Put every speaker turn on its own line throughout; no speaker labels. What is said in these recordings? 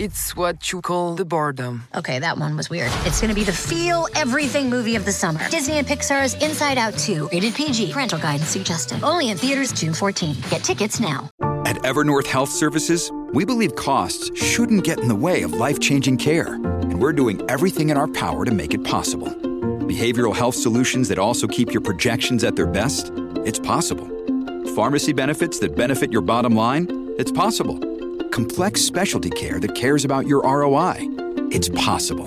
It's what you call the boredom.
Okay, that one was weird. It's gonna be the feel everything movie of the summer. Disney and Pixar's Inside Out 2, rated PG, parental guidance suggested. Only in theaters June 14th. Get tickets now.
At Evernorth Health Services, we believe costs shouldn't get in the way of life changing care, and we're doing everything in our power to make it possible. Behavioral health solutions that also keep your projections at their best? It's possible. Pharmacy benefits that benefit your bottom line? It's possible. Complex specialty care that cares about your ROI? It's possible.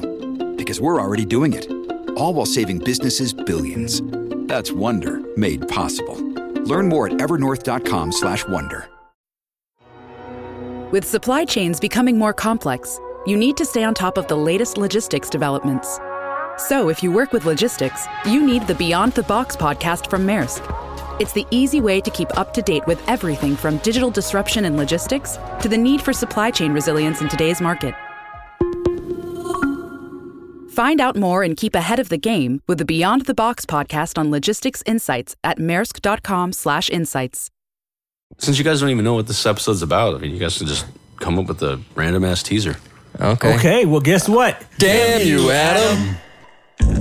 Because we're already doing it, all while saving businesses billions. That's Wonder made possible. Learn more at evernorth.com/wonder.
With supply chains becoming more complex, you need to stay on top of the latest logistics developments. So, if you work with logistics, you need the Beyond the Box podcast from Maersk. It's the easy way to keep up to date with everything from digital disruption in logistics to the need for supply chain resilience in today's market. Find out more and keep ahead of the game with the Beyond the Box podcast on logistics insights at maersk.com/insights.
Since you guys don't even know what this episode's about, I mean, you guys can just come up with a random ass teaser.
Okay.
Okay, well, guess what?
Damn you, Adam.
Then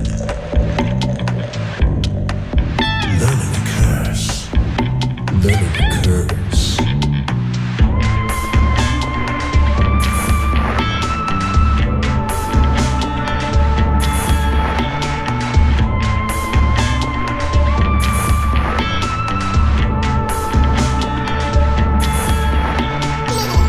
it occurs. Then it occurs.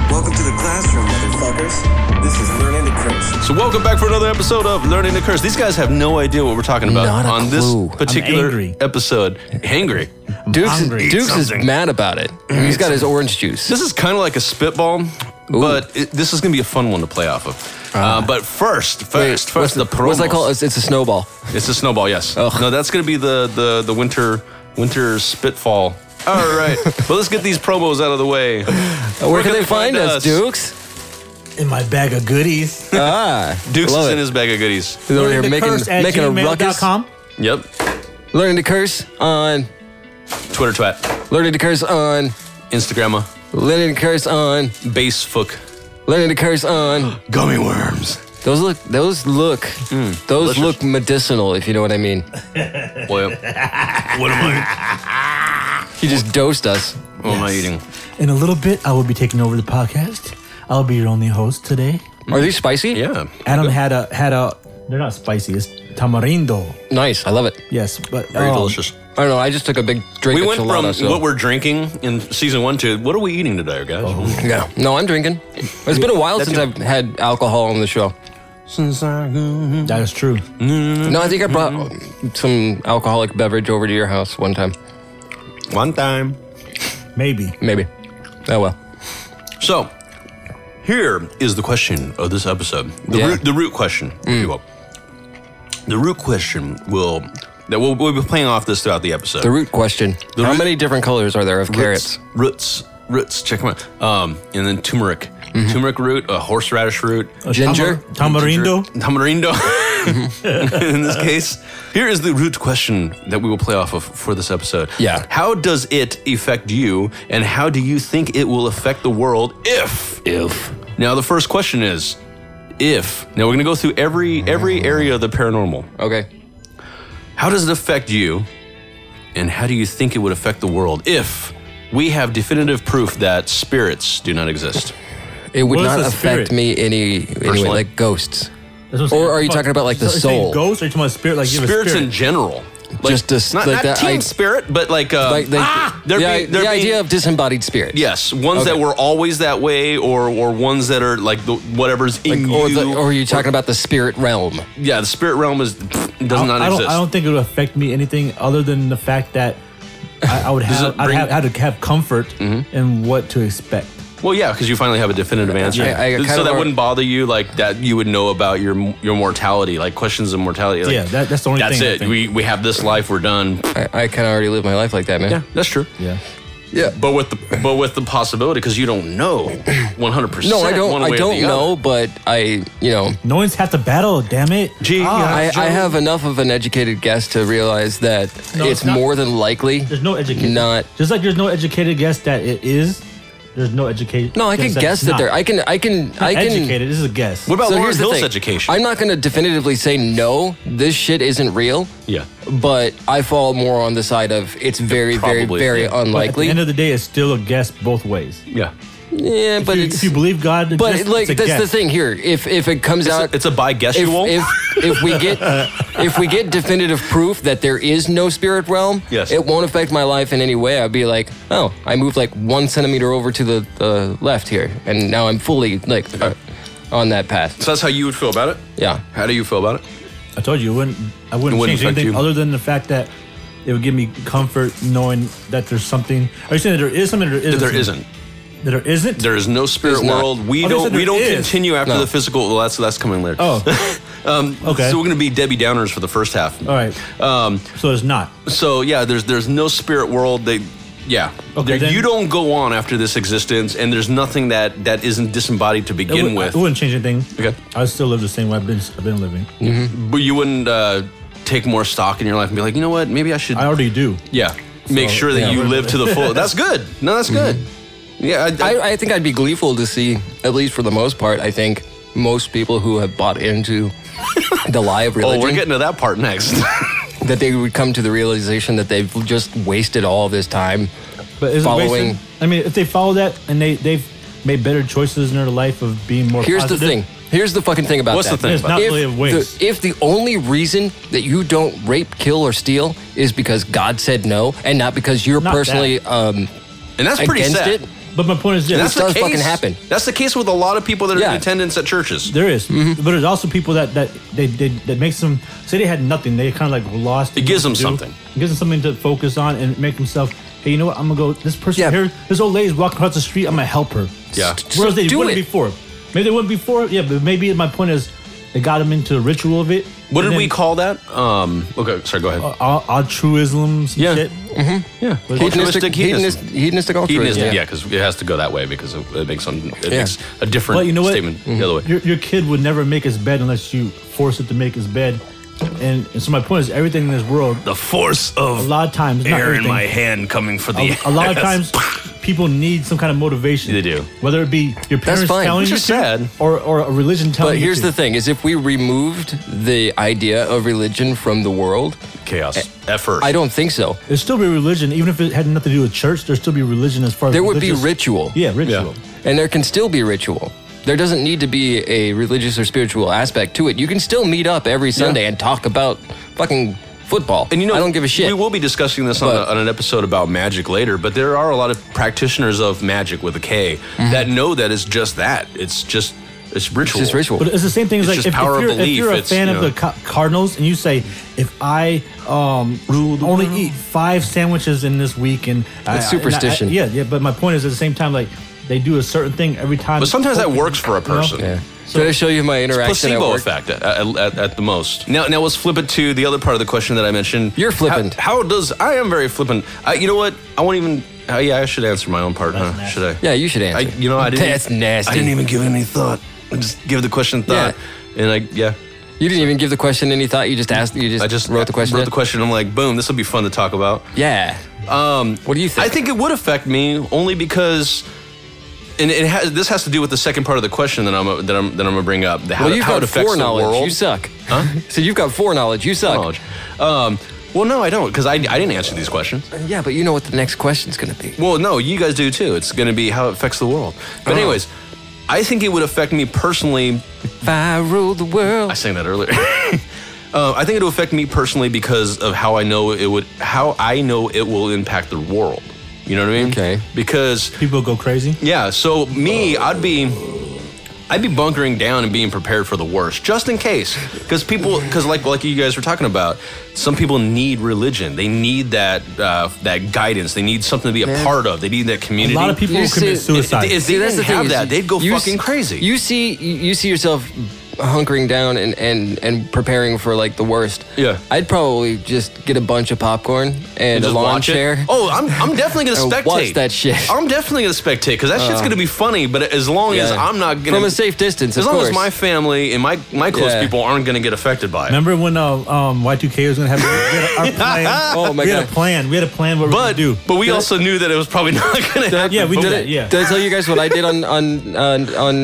Welcome to the classroom, motherfuckers. This is Learning to Curse.
So welcome back for another episode of Learning to Curse. These guys have no idea what we're talking about
Not a
on
clue.
this particular
angry.
episode. Angry.
Dukes,
hungry.
is,
Eat
Dukes is
something.
mad about it. He's got his orange juice.
This is kind of like a spitball, but it, this is going to be a fun one to play off of. Uh, but first, first,
Ah. Wait,
first,
what's
the
it- What's that
promos.
called? It's, it's a snowball.
It's a snowball, yes.
Ugh.
No, that's going to be the the the winter winter spitfall. All right. well, let's get these promos out of the way.
Where, can they find, us, Dukes?
In my bag of goodies.
Ah,
Dukes
love
is
it.
in his bag of goodies.
He's over here
Learning to
making,
curse at
making a ruckus.
gmail.com.
Yep.
Learning to curse on.
Twitter twat,
Learning to curse on.
Instagramma,
Learning to curse on.
Facebook.
Learning to curse on.
Gummy worms. Hmm.
Those look. Those look. those
delicious.
look medicinal, if you know what I mean.
Boy, what am I?
He just dosed us.
What am I eating?
In a little bit, I will be taking over the podcast. I'll be your only host today.
Are these spicy?
Yeah.
Adam had a had a. They're not spicy. It's tamarindo.
Nice. I love it.
Yes, but
Very
um,
delicious.
I don't know. I just took Oh, a big drink
We
of
went
gelato.
from
so.
what we're drinking in season one to what are we eating today, guys?
yeah. No, I'm drinking. It's been a while since I've had alcohol on the show.
That is true.
Mm. No, I think I brought some alcoholic beverage over to your house one time.
One time.
Maybe.
Maybe. Oh well.
So, here is the question of this episode. The,
Yeah. Mm.
root, the root question, if you will. The root question will that we'll, we'll be playing off this throughout the episode.
The root question.
The
How
root-
many different colors are there of carrots?
roots, roots. Check them out. Um, and then turmeric,
Mm-hmm.
turmeric root, a horseradish root,
Ginger?
Tamar- tamarindo.
tamarindo. In this case, here is the root question that we will play off of for this episode.
Yeah.
How does it affect you, and how do you think it will affect the world if? If. Now, the first question is, if. Now we're going to go through every every area of the paranormal.
Okay.
How does it affect you? And how do you think it would affect the world if we have definitive proof that spirits do not exist?
It would
What is
not
the
affect
spirit?
me any anyway,
Personally?
like ghosts.
That's what I'm
Or
saying.
are you
Fuck.
talking about, like, the
So you're saying
soul?
Ghosts? Or you talking about spirit? Like you have a
Spirits
spirit?
in general. Like,
Just this-
not,
like
not
that
team
I-
spirit, but like, uh,
Like they,
ah!
the,
They're
i-
being- they're
the idea
being-
of disembodied spirits.
Yes, ones that
Okay.
were always that way, or or ones that are like the, whatever's
Like,
in
or,
you.
the, or are you talking about the spirit realm?
yeah, the spirit realm is does not
I don't,
exist.
I don't think it would affect me anything other than the fact that I, I would have,
it
I'd
bring-
have, had to have comfort
Mm-hmm.
in what to expect.
well, yeah, because you finally have a definitive answer,
I- I kind
so
of
that
are-
wouldn't bother you. Like that, you would know about your your mortality, like questions of mortality. Like,
Yeah, that- that's the only
That's
thing I
it.
think.
We we have this life. We're done.
I, I kind of already live my life like that, man.
Yeah, that's true.
Yeah.
Yeah.
But with the but with the possibility because you don't know 100. percent
No, I don't. I don't know, but I, you know,
No one's half to battle. Damn it. Ah,
Gee,
I, I have enough of an educated guess to realize that
No,
it's
it's not-
more than likely.
There's no educated.
Not.
just like there's no educated guess that it is. There's no educated.
No, I can
that
guess
it's
that
not.
there. I can. I can. I can.
educated. This is a guess.
What about Lauren
here's the
Hill's
thing.
education?
I'm not going to definitively say no. This shit isn't real.
yeah.
But I fall more on the side of it's very, very,
probably
very
is.
But at the
unlikely.
end of the day, it's still a guess both ways.
Yeah.
yeah, but
if, you,
it's.
if you believe God,
but
exists,
like
it's a
that's the
guess.
thing here. If if it comes out,
It's a, it's a by guess
if,
you won't.
if if we get if we get definitive proof that there is no spirit realm,
Yes.
it won't affect my life in any way. I'd be like, oh, I moved like one centimeter over to the, the left here, and now I'm fully like uh, on that path.
so that's how you would feel about it.
Yeah.
How do you feel about it?
I told you, it wouldn't, I wouldn't,
It wouldn't
change
affect
anything
you.
other than the fact that it would give me comfort knowing that there's something. Are you saying that there is something? Or there isn't.
There isn't.
something? That there isn't.
There is no spirit
There's not.
world. We
Oh, they
don't.
said
We
there
don't
is.
continue after
No.
the physical. Well, that's that's coming later.
Oh, okay.
Um, So we're gonna be Debbie Downers for the first half.
all right.
Um,
So it's not.
so yeah, there's there's no spirit world. They, yeah.
Okay,
There-
then-
you don't go on after this existence, and there's nothing that that isn't disembodied to
It,
begin
wouldn't-
with.
it wouldn't change anything.
Okay. Mm.
I would still live the same way I've been. I've been living.
But you wouldn't uh, take more stock in your life and be like, you know what? Maybe I should.
I already do.
yeah. Make
So,
sure that
yeah,
you
we're-
live to the full. That's good. No, that's good. Yeah. Mm-hmm. I, Oh,
I, I think I'd be gleeful to see, at least for the most part, I think most people who have bought into the lie of
oh,
religion
we're getting to that part next.
that they would come to the realization that they've just wasted all this time.
But is
following-
it wasted? I mean, if they follow that and they they've made better choices in their life of being more.
Here's the
positive,
thing. Here's the fucking thing about
What's
that.
the thing
It's
about
not
it?
really a waste.
The, if the only reason that you don't rape, kill, or steal is because God said no, and not because you're
Not
personally um,
and that's pretty
against
sad.
it,
But my point is this:
That's
It does
the case.
fucking happen.
That's the case with a lot of people that are
Yeah.
in attendance at churches.
there is,
Mm-hmm.
but there's also people that that they, they that makes them say they had nothing. They kind of like lost.
It gives them
what to do.
something.
It gives them something to focus on and make themselves. Hey, you know what? I'm gonna go. This person
Yeah.
here, this old lady's walking across the street. I'm gonna help her.
Yeah.
Whereas they
do
wouldn't
it.
before. Maybe they wouldn't before. Yeah, but maybe my point is, it got them into the ritual of it.
What
and
did we
then Uh,
call that? Um, okay, sorry, go ahead.
al- altruism? Some
Yeah.
Shit.
yeah,
hedonistic, hedonistic, hedonistic altruism.
Hedonistic, yeah,
yeah.
because it has to go that way because it, it makes some, it
Yeah. Mm-hmm.
makes a different
But you know what?
statement the other way.
Your, your kid would never make his bed unless you force it to make his bed. And, and so my point is, everything in this world,
the force of
a lot of times, not
air in
everything,
my hand coming for the
a, a lot of
ass.
times, people need some kind of motivation.
They do.
Whether it be your parents
fine,
telling
which
you
is
to,
sad.
or or a religion telling
But
you
here's
to.
the thing: is if we removed the idea of religion from the world,
chaos at first.
I don't think so.
There'd still be religion, even if it had nothing to do with church. There'd still be religion as far as
There would be
religious-
ritual.
Yeah, ritual.
and there can still be ritual. There doesn't need to be a religious or spiritual aspect to it. You can still meet up every Sunday and talk about fucking football.
And you know,
I don't give a shit.
We will be discussing this on,
But-
a, on an episode about magic later, but there are a lot of practitioners of magic with a K
Mm-hmm.
that know that it's just that. It's just it's ritual.
just ritual.
But it's the same thing as
It's
like
just
if, if
power of
you're,
belief.
if you're a
It's,
fan
you
of
know.
the Ca- Cardinals and you say, if I um, only eat five sandwiches in this week and I- I-
superstition.
and I- yeah, yeah. But my point is at the same time, like they do a certain thing every time.
But sometimes that works for a
You know?
person.
Yeah.
So-
Did I show you my interaction at
placebo
work?
effect at, at, at the most. Now, now let's flip it to the other part of the question that I mentioned.
You're flippant.
How, how does I am very flippant? I, you know what? I won't even. Uh, yeah, I should answer my own part, huh?
nasty.
Should I?
Yeah, you should
I,
answer.
you know, I didn't.
That's nasty.
I didn't even give it any thought. I just give the question thought, and I yeah.
You didn't even give the question any thought. You just asked. You just,
I just
wrote the question.
Wrote
in?
the question. I'm like, boom. This will be fun to talk about.
Yeah.
Um,
What do you think?
I think it would affect me only because, and it has this has to do with the second part of the question that I'm that I'm that I'm gonna bring up. How,
well, you've
how it
got
affects the
foreknowledge.
world.
You suck. Huh? so you've got foreknowledge. You suck.
Knowledge. Um, well, no, I don't because I, I didn't answer these questions.
Yeah, but you know what the next question's gonna be.
Well, no, you guys do too. It's going to be how it affects the world. But
Oh.
anyways, I think it would affect me personally.
If I rule the world.
I sang that earlier. Uh, I think it would affect me personally because of how I know it would, how I know it will impact the world. You know what I mean?
Okay.
Because
people go crazy.
yeah, so me, I'd be I'd be bunkering down and being prepared for the worst just in case cuz people cuz like like you guys were talking about, some people need religion. They need that uh, that guidance. They need something to be a part of. They need that
A
community.
lot of people
You
will commit
see-
suicide.
If they
that's
didn't
the thing
have
is
that, they'd go
you
fucking
see-
crazy.
You see, you see yourself hunkering down and, and, and preparing for like the worst,
Yeah.
I'd probably just get a bunch of popcorn and, a
just
lawn
watch it?
chair.
Oh, I'm, I'm definitely gonna
And
spectate.
watch that shit. Uh.
I'm definitely gonna spectate because that shit's gonna be funny. But as long as
Yeah.
I'm not gonna
From a safe distance,
as
of
long as
course.
my family and my my close
Yeah.
people aren't gonna get affected by it.
Remember when uh, um, Y2K was gonna have we had a, our plan?
Oh my
we
God.
had a plan. We had a plan. What we
but
were gonna do?
but we also knew that it was probably not gonna happen.
yeah, we
But-
did it. Yeah.
Did I tell you guys what I did on on on, on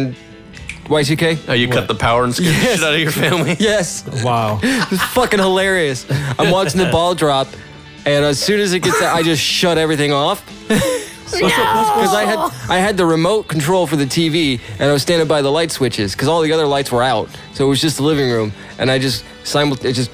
YCK?
Oh, you cut the power and scared the shit out of your family.
Yes.
wow.
It was fucking hilarious. I'm watching the ball drop, and as soon as it gets out, I just shut everything off. Because I had I had the remote control for the TV, and I was standing by the light switches because all the other lights were out, so it was just the living room, and I just simul- it just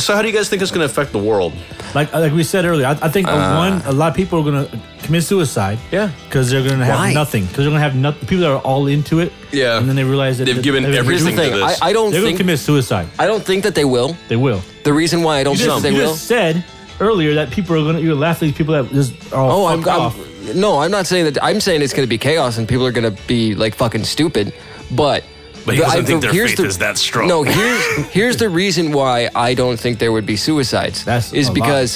So how do you guys think it's gonna affect the world?
Like uh, like we said earlier, I, I think uh, one a lot of people are gonna commit suicide.
Yeah.
because they're gonna have
Why?
nothing. Because they're gonna have nothing. People that are all into it.
Yeah.
and then they realize that
They've
that-
given
that-
every-
here's the
Everything to
thing. I,
this.
I don't
They're gonna
think
commit suicide.
I don't think that they will.
They will.
The reason why I don't think
You
that they
you
will.
just said earlier that people are gonna you're laughing at these people that just are all
Oh, I'm,
fucked off.
I'm no, I'm not saying that. I'm saying it's going to be chaos and people are going to be like fucking stupid. But
But he doesn't think their
here's
faith is that strong.
No, here's here's the reason why I don't think there would be suicides.
That's
is
a lot.
because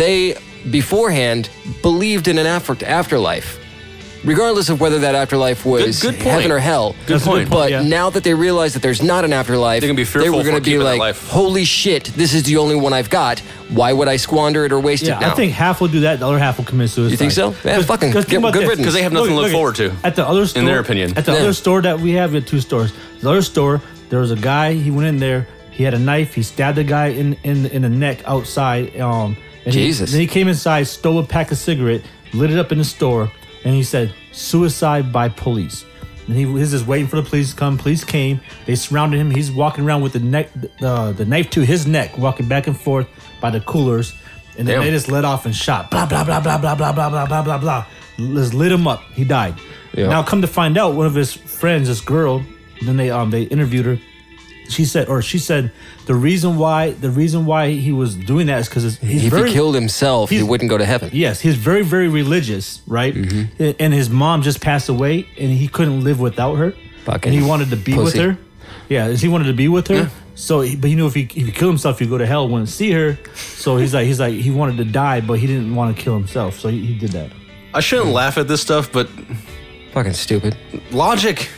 they beforehand believed in an after- afterlife. Regardless of whether that afterlife was
good point.
heaven or hell,
Good
That's a good point. point,
But
yeah.
now that they realize that there's not an afterlife,
They're gonna be
they
fearful
were gonna
for
be
keeping that
like,
life.
"Holy shit, this is the only one I've got. Why would I squander it or waste
Yeah,
it now?"
I think half will do that. The other half will commit suicide.
You think so? Yeah,
'Cause-
fucking
'cause
get-
think about
good
this.
riddance.
'Cause they have nothing to look forward to,
At the other store,
their opinion.
at the
Yeah.
other store that we have, we have two stores. The other store, there was a guy. He went in there. He had a knife. He stabbed a guy in in in the neck outside. Um, and he-
Jesus.
then he came inside, stole a pack of cigarette, lit it up in the store, and he said, "Suicide by police." And he was just waiting for the police to come. Police came. They surrounded him. He's walking around with the neck, the, the knife to his neck, walking back and forth by the coolers. And then
Damn.
they just let off and shot. Blah blah blah blah blah blah blah blah blah blah blah. Just lit him up. He died.
Yeah.
Now come to find out, one of his friends, this girl, then they um they interviewed her. She said, or she said, the reason why the reason why he was doing that is because he's
if
very
he killed himself, he
he's-
wouldn't go to heaven. Mm-hmm.
Yes, he's very, very religious, right? A- And his mom just passed away, and he couldn't live without her.
Fucking
and he wanted to be
pussy.
with her. Yeah, he wanted to be with her. So, he- but he knew if he if he killed himself, he'd go to hell, wouldn't see her. So he's like he's like he wanted to die, but he didn't want to kill himself, so he, he did that.
I shouldn't laugh at this stuff, but
Fucking stupid.
logic.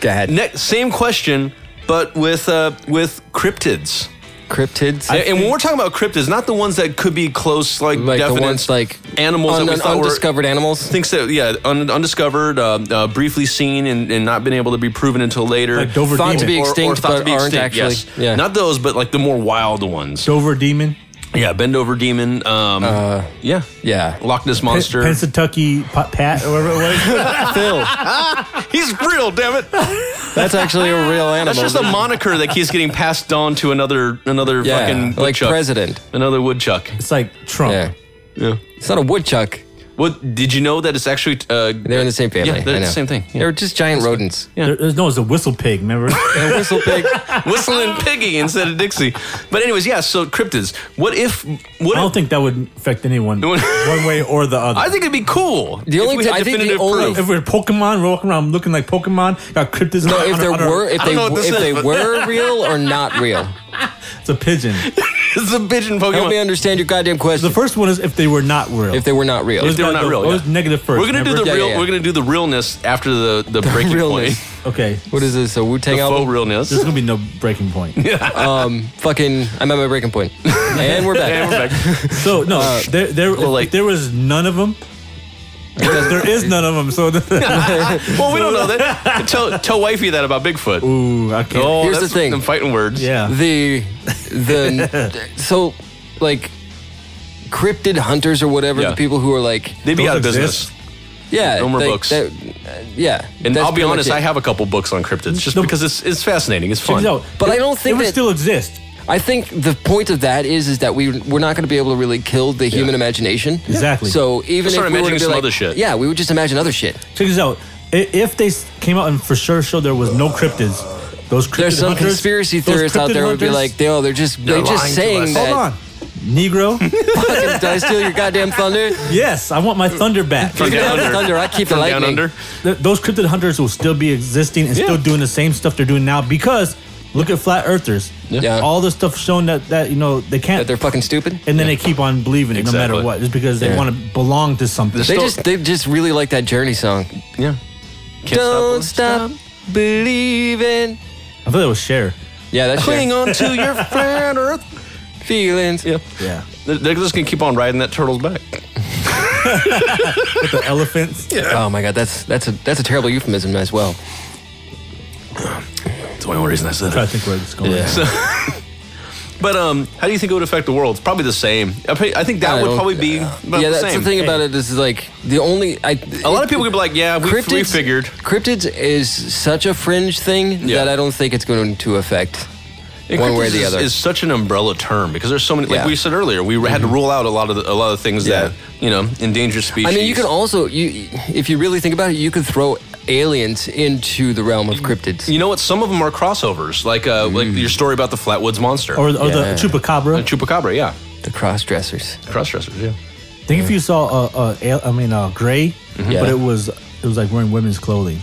Go ahead.
Ne- same question, but with uh, with cryptids.
Cryptids.
and and when we're talking about cryptids, not the ones that could be close, like,
like
definite
the ones like
animals
un-
that we
un-
thought were-
undiscovered animals.
Thinks that yeah, un- undiscovered, uh, uh, briefly seen, and, and not been able to be proven until later.
Like Dover
Thought to
Demon.
be extinct,
thought
but aren't actually.
yes.
Yeah.
Not those, but like the more wild ones.
Dover Demon,
Yeah, bend over demon. Um, yeah,
Uh, yeah.
Loch Ness
Pe-
monster.
Pensatucky Pat, Pat or whatever it was.
Phil.
He's real, damn it.
That's actually a real animal.
That's just a moniker that keeps getting passed on to another another
Yeah,
fucking
like
woodchuck.
president.
another woodchuck.
it's like Trump.
yeah.
Yeah.
It's not a woodchuck.
What did you know that it's actually uh,
They're in the same family.
Yeah, they're
I
the
know.
same thing. Yeah.
They're just giant rodents.
There- there's no, it's a whistle pig. Remember?
And a whistle pig.
whistling piggy instead of Dixie. But anyways, yeah. So cryptids. What if? What
I don't
if,
think that would affect anyone one way or the other.
I think it'd be cool.
The only
if we
t-
had
I think the
definitive
only-
proof.
If we're Pokemon, we're walking around looking like Pokemon, got cryptids.
No,
on
if
our-
there
on our-
were, if
I don't
they
know what
w-
this
if they
is, but-
were real or not real.
it's a pigeon.
it's a pigeon
Help me
Pokemon.
understand your goddamn question.
The first one is if they were not real.
if they were not real.
Those
They're
guys-
not real.
Those
yeah.
negative first.
We're gonna do
remember?
the
Yeah,
real.
yeah, yeah.
We're gonna do the realness after the the, breaking
realness.
point.
Okay.
What is this? A Wu
The
Tang
faux
album? Um,
realness.
There's gonna be no breaking point.
Fucking, I'm at my breaking point. and we're back.
And we're back.
So no,
Uh,
there there if,
like-
if there was none of them. there is none of them. So
well, we don't know that. Tell tell wifey that about Bigfoot.
Ooh, I can't.
Oh,
Here's the
that's
thing.
Them fighting words.
Yeah.
the the so like cryptid hunters or whatever
Yeah.
the people who are like
They'd be
Those
out of
exist.
business.
yeah
No more
they-
books.
that- uh, yeah
And
that's
I'll be
pretty much
honest,
it.
I have a couple books on cryptids just
No,
because it's it's fascinating. It's fun.
No,
But
it-
I don't think
it would
that-
still exist.
I think the point of that is is that we we're not going to be able to really kill the human imagination
Exactly.
so even
Just
if
start
we were to
imagining
be
some
like,
other shit.
yeah we would just imagine other shit
Check this out. I- If they s- came out and for sure showed there was no cryptids, those cryptid
there's some
hunters-
conspiracy
those
theorists out
cryptid
there would be
hunters-
like they, oh, they're just
They're
they're just
lying to
saying
us.
that
Hold on. Negro.
Did I steal your goddamn thunder?
yes, I want my thunder back.
From down under.
Thunder, I keep the
From
lightning.
down under.
Th- those cryptid hunters will still be existing and still doing the same stuff they're doing now because look at flat earthers.
Yeah.
All the stuff shown that, that you know they can't
That they're fucking stupid.
and then they keep on believing it no
Exactly.
matter what. It's because they
Yeah.
want to belong to something.
They just they just really like that Journey song.
Yeah. Can't
Don't stop, believing.
I thought it was Cher.
Yeah, that's
Cling
Cher.
on to your flat earth.
feelings.
Yeah.
Yeah.
They're they're just going to keep on riding that turtle's back.
The elephants.
Oh my god, that's that's a that's a terrible euphemism as well.
That's the only reason I said
I
it.
think where it's going.
So-
But um, how do you think it would affect the world? It's probably the same. I pe- I think that
I
would
don't-
probably be about
yeah,
the
that's
same.
the thing about it. This is like the only I.
A lot of people could be like, yeah, we, we figured.
Cryptids is such a fringe thing
Yeah.
that I don't think it's going to affect one way or
Cryptids
the
is-
other.
is such an umbrella term because there's so many. Like
Yeah. Mm-hmm.
we said earlier, we had to rule out a lot of the, a lot of things that you know endangered
I
species.
mean, you can also you if you really think about it, you could throw aliens into the realm of cryptids.
You know what? Some of them are crossovers, like uh, like
Mm.
your story about the Flatwoods Monster
Or, or
Yeah.
the chupacabra.
the Chupacabra. Yeah,
the crossdressers.
crossdressers. Yeah,
think if you saw uh, uh, al- I mean uh, gray,
Mm-hmm. Yeah. Uh-huh.
but it was it was like wearing women's clothing.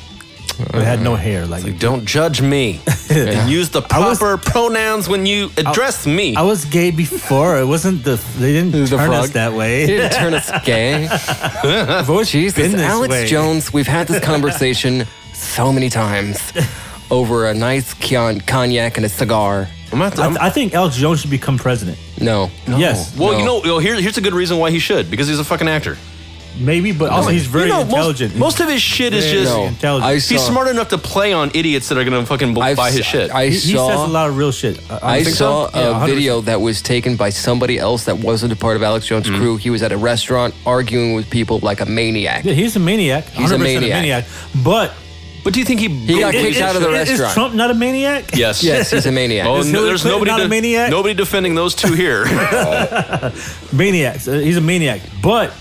It had no hair. Like,
don't judge me. and use the
I was-
proper pronouns when you address me.
I was gay before. It wasn't the they didn't
The
turn us
frog.
that
You
way.
didn't turn us gay. Jeez,
been
this
this
Alex
way.
Jones. We've had this conversation so many times over a nice con- cognac and a cigar.
I'm not-
I,
I'm-
th- I think Alex Jones should become president.
No,
Yes,
well, you
No.
know, well, here, here's a good reason why he should because he's a fucking actor.
maybe, but also he's very
You know, most-
intelligent.
Most, of his shit is
Very
just
no.
intelligent.
I
He's
saw,
he's smart enough to play on idiots that are gonna fucking bl-
I've
buy his
s-
shit.
I
he, he
saw.
says a lot of real shit. I,
I
think
saw
so. Yeah,
a
100%.
video that was taken by somebody else that wasn't a part of Alex Jones'
Mm.
crew. He was at a restaurant arguing with people like a maniac.
Yeah, he's a maniac.
He's a
100%
maniac.
But
but do you think he?
He got
i-
kicked
is-
out of the
is-
restaurant.
Is Trump not a maniac?
Yes.
Yes, he's a maniac.
Oh,
Is
no,
Hillary
there's
Clinton
nobody.
not a
de-
maniac?
Nobody defending those two here.
maniacs. Uh, He's a maniac. But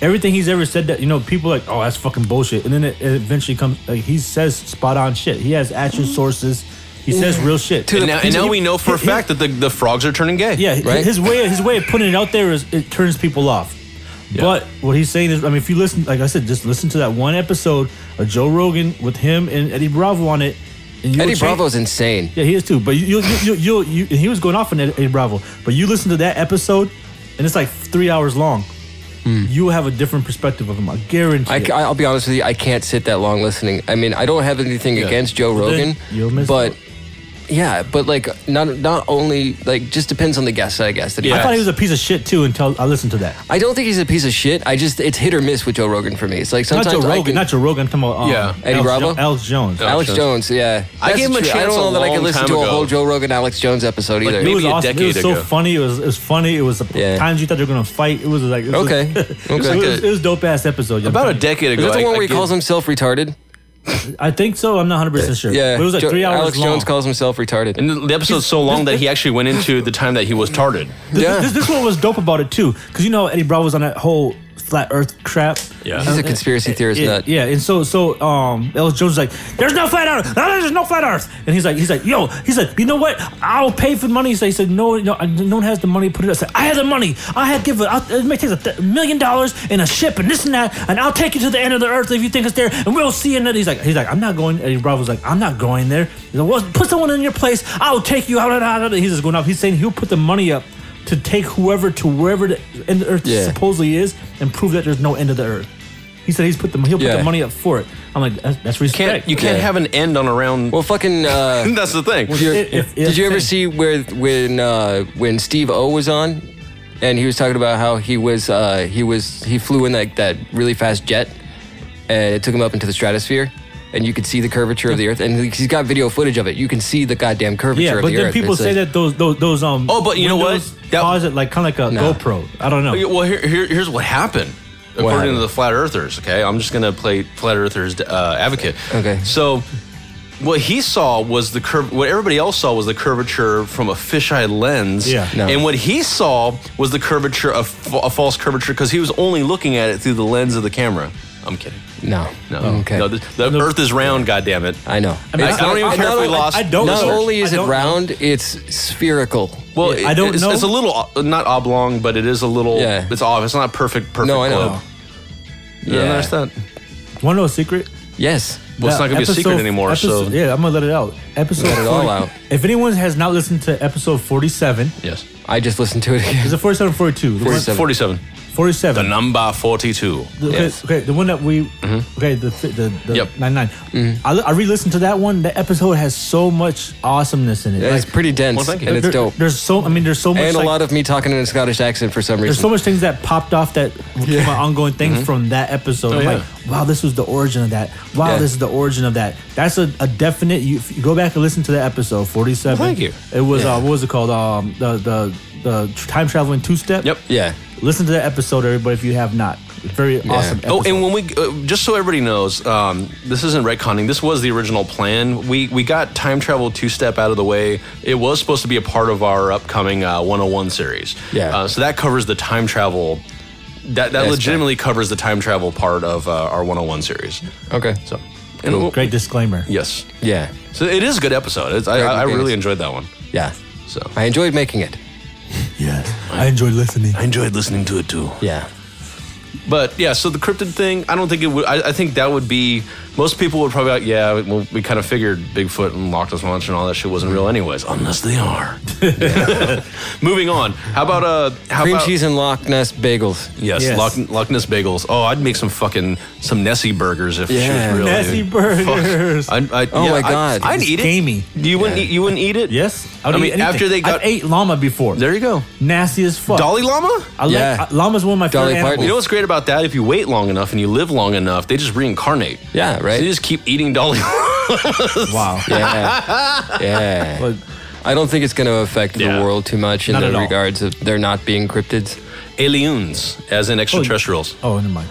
everything he's ever said that you know people are like, oh, that's fucking bullshit. And then it, it eventually comes. Like, he says spot on shit. He has actual sources. He says real shit.
and now, and now
He-
we know for a
he-
fact that the, the frogs are turning gay.
Yeah,
Right?
his way his way of putting it out there is it turns people off. But what he's saying is, I mean, if you listen, like I said, just listen to that one episode of Joe Rogan with him and Eddie Bravo on it. And you'll
Eddie
change-
Bravo's insane.
Yeah, he is too. But you, you, you, you, you and he was going off on Eddie Bravo. But you listen to that episode, and it's like three hours long. You will have a different perspective of him. I guarantee.
Hmm. I,
it.
will be honest with you, I can't sit that long listening. I mean, I don't have anything against Joe
then
Rogan,
you'll miss
but
out.
yeah, but like not not only like just depends on the guest, I guess. That he
I thought
has.
he was a piece of shit too until I listened to that.
I don't think he's a piece of shit. I just it's hit or miss with Joe Rogan for me. It's like
Not
sometimes
Joe
I
Rogan,
can-
not Joe Rogan. I'm talking about um,
Yeah.
Eddie
Alex
Bravo?
Jo- Alex Jones.
Alex
Alex
Jones. Yeah,
I gave him a
true. I
chance
don't
a
know that I
long
can listen
time
to a
ago.
whole Joe Rogan Alex Jones episode either.
it
maybe
was
a
awesome. It was
decade
so
ago.
funny. It was it was funny. It was
Yeah.
times you thought they were gonna fight. It was like it was
Okay.
it was-
Okay.
it, was, it was dope ass episode. yo.
About a decade
Is
ago.
that
I-
the one
I
where he
gave-
calls himself retarded?
I think so. I'm not 100 percent sure.
Yeah,
but it was like
Jo-
three hours
Alex
long.
Jones calls himself retarded.
And the- the episode's so long that he actually went into the time that he was tarted.
This,
Yeah.
this, this one was dope about it too, because you know Eddie Bravo was on that whole flat Earth crap.
Yeah.
He's a
Um,
conspiracy theorist
yeah,
nut.
Yeah, and so so um, Alex Jones is like, "There's no flat Earth. No, there's no flat Earth." And he's like, he's like, "Yo," he's like, "You know what? I'll pay for the money." He said, he said "No, no, I- no one has the money. to Put it." up." I said, "I have the money. I had give it. I'll- It may take a th- million dollars and a ship and this and that, and I'll take you to the end of the Earth if you think it's there, and we'll see." And then he's like, he's like, "I'm not going." Eddie Bravo's like, "I'm not going there." He's like, "Well, put someone in your place. I'll take you out." and out, and out." He's just going off. He's saying he'll put the money up. To take whoever to wherever the end of the earth
Yeah.
supposedly is, and prove that there's no end of the earth. He said he's put the he'll put
Yeah.
the money up for it. I'm like that's, that's respect.
Can't, you can't
Yeah.
have an end on a round.
Well, fucking. Uh,
that's the thing.
You're-
If- if-
did
if
you ever
thing.
see where when uh, when Steve O was on, and he was talking about how he was uh, he was he flew in like that really fast jet, and it took him up into the stratosphere, and you could see the curvature of the Earth, and he's got video footage of it. You can see the goddamn curvature
yeah,
of
but
the
then
Earth.
people
It's
say that
like-
those those those um.
Oh, but you know what?
windows
That-
cause it like kind of like a
No.
GoPro. I don't know.
Okay, Well, here, here, here's what happened. According to
happened?
the flat earthers, okay, I'm just gonna play flat earthers uh, advocate.
Okay.
So, what he saw was the curve. What everybody else saw was the curvature from a fisheye lens.
Yeah. No.
And what he saw was the curvature of a false curvature because he was only looking at it through the lens of the camera. I'm kidding.
No.
No.
Oh, Okay.
No, this- the, Earth is round. God damn it.
I know.
I, I don't even
I- I
care if
don't-
we lost.
I don't-
Not
know.
only is
I
it
don't know.
round, it's spherical.
Well,
Yeah, I
it-
don't
it's,
know.
It's a little o- not oblong, but it is a little.
Yeah.
It's off. It's not perfect. Perfect.
No, I know.
globe. You don't
Yeah.
understand.
Want to know a secret?
Yes.
Well, it's
That
not gonna be a secret
episode-
anymore.
episode-
so
yeah, I'm gonna let it out. Episode
Let it all
40
out.
If anyone has not listened to episode 47,
yes,
I just listened to it again.
is it 47 or 42? The one-
47.
forty-seven.
Forty-seven.
The number forty-two.
The- okay,
Yes.
okay, the one that we okay the th- the, the
Mm-hmm. Yep. Mm-hmm.
nine nine. I, li- I re-listened to that one. The episode has so much awesomeness in it.
It's pretty dense
Well, thank you.
and it's
there-
dope.
There's so I mean there's so much
And a
like-
lot of me talking in a Scottish accent for some
there's so
reason.
much things that popped off that became an ongoing thing from that episode. I'm
Mm-hmm. Oh, yeah.
like, wow, this was the origin of that. Wow,
Yeah.
this is the origin of that. That's a, a definite. You, if you go back and listen to that episode 47.
Well, thank you.
It was
Yeah.
uh, what was it called? Um, the the the time traveling two step.
Yep.
Yeah.
Listen to that episode, everybody, if you have not. It's very awesome.
Oh,
episode.
and when we uh, just so everybody knows, um, this isn't retconning. This was the original plan. We we got time travel two step out of the way. It was supposed to be a part of our upcoming uh, 101 series.
Yeah.
Uh, so that covers the time travel. That that
Aspect.
legitimately covers the time travel part of uh, our 101 series.
Okay.
So, and we'll-
great disclaimer.
Yes.
Yeah.
So it is a good episode. It's, I,
Very
I, I
good
really
episode.
enjoyed that one.
Yeah.
So
I enjoyed making it.
Yes, I enjoyed listening.
I enjoyed listening to it too.
Yeah.
But yeah, so the cryptid thing, I don't think it would. I, I think that would be most people would probably, be like, yeah, we- well, we kind of figured Bigfoot and Loch Ness monster and all that shit wasn't real, anyways, unless they are. Moving on. How about uh? How
Cream
about,
cheese and Loch Ness bagels.
Yes,
Yes.
Loch, Loch Ness bagels. Oh, I'd make some fucking some Nessie burgers if she
Yeah.
was real.
Nessie
dude.
burgers.
Fuck. I, I,
Oh
yeah,
my
I-
God.
I'd
It's
eat it.
gamey.
You wouldn't. Eat, you wouldn't eat it.
Yes,
I,
would eat
mean,
anything.
after they got
I've ate llama before.
There you go.
nasty as fuck.
Dalai Lama.
I like,
Yeah.
I- llama's one of my
Dolly
favorite
Parton.
animals.
You know what's great about that? If you wait long enough and you live long enough, they just reincarnate.
Yeah,
So
right.
they just keep eating Dolly.
wow.
Yeah. yeah.
But
I don't think it's going to affect
Yeah.
the world too much in
Not
the
at all.
regards of there not being cryptids.
Aliens, as in extraterrestrials.
oh, never mind.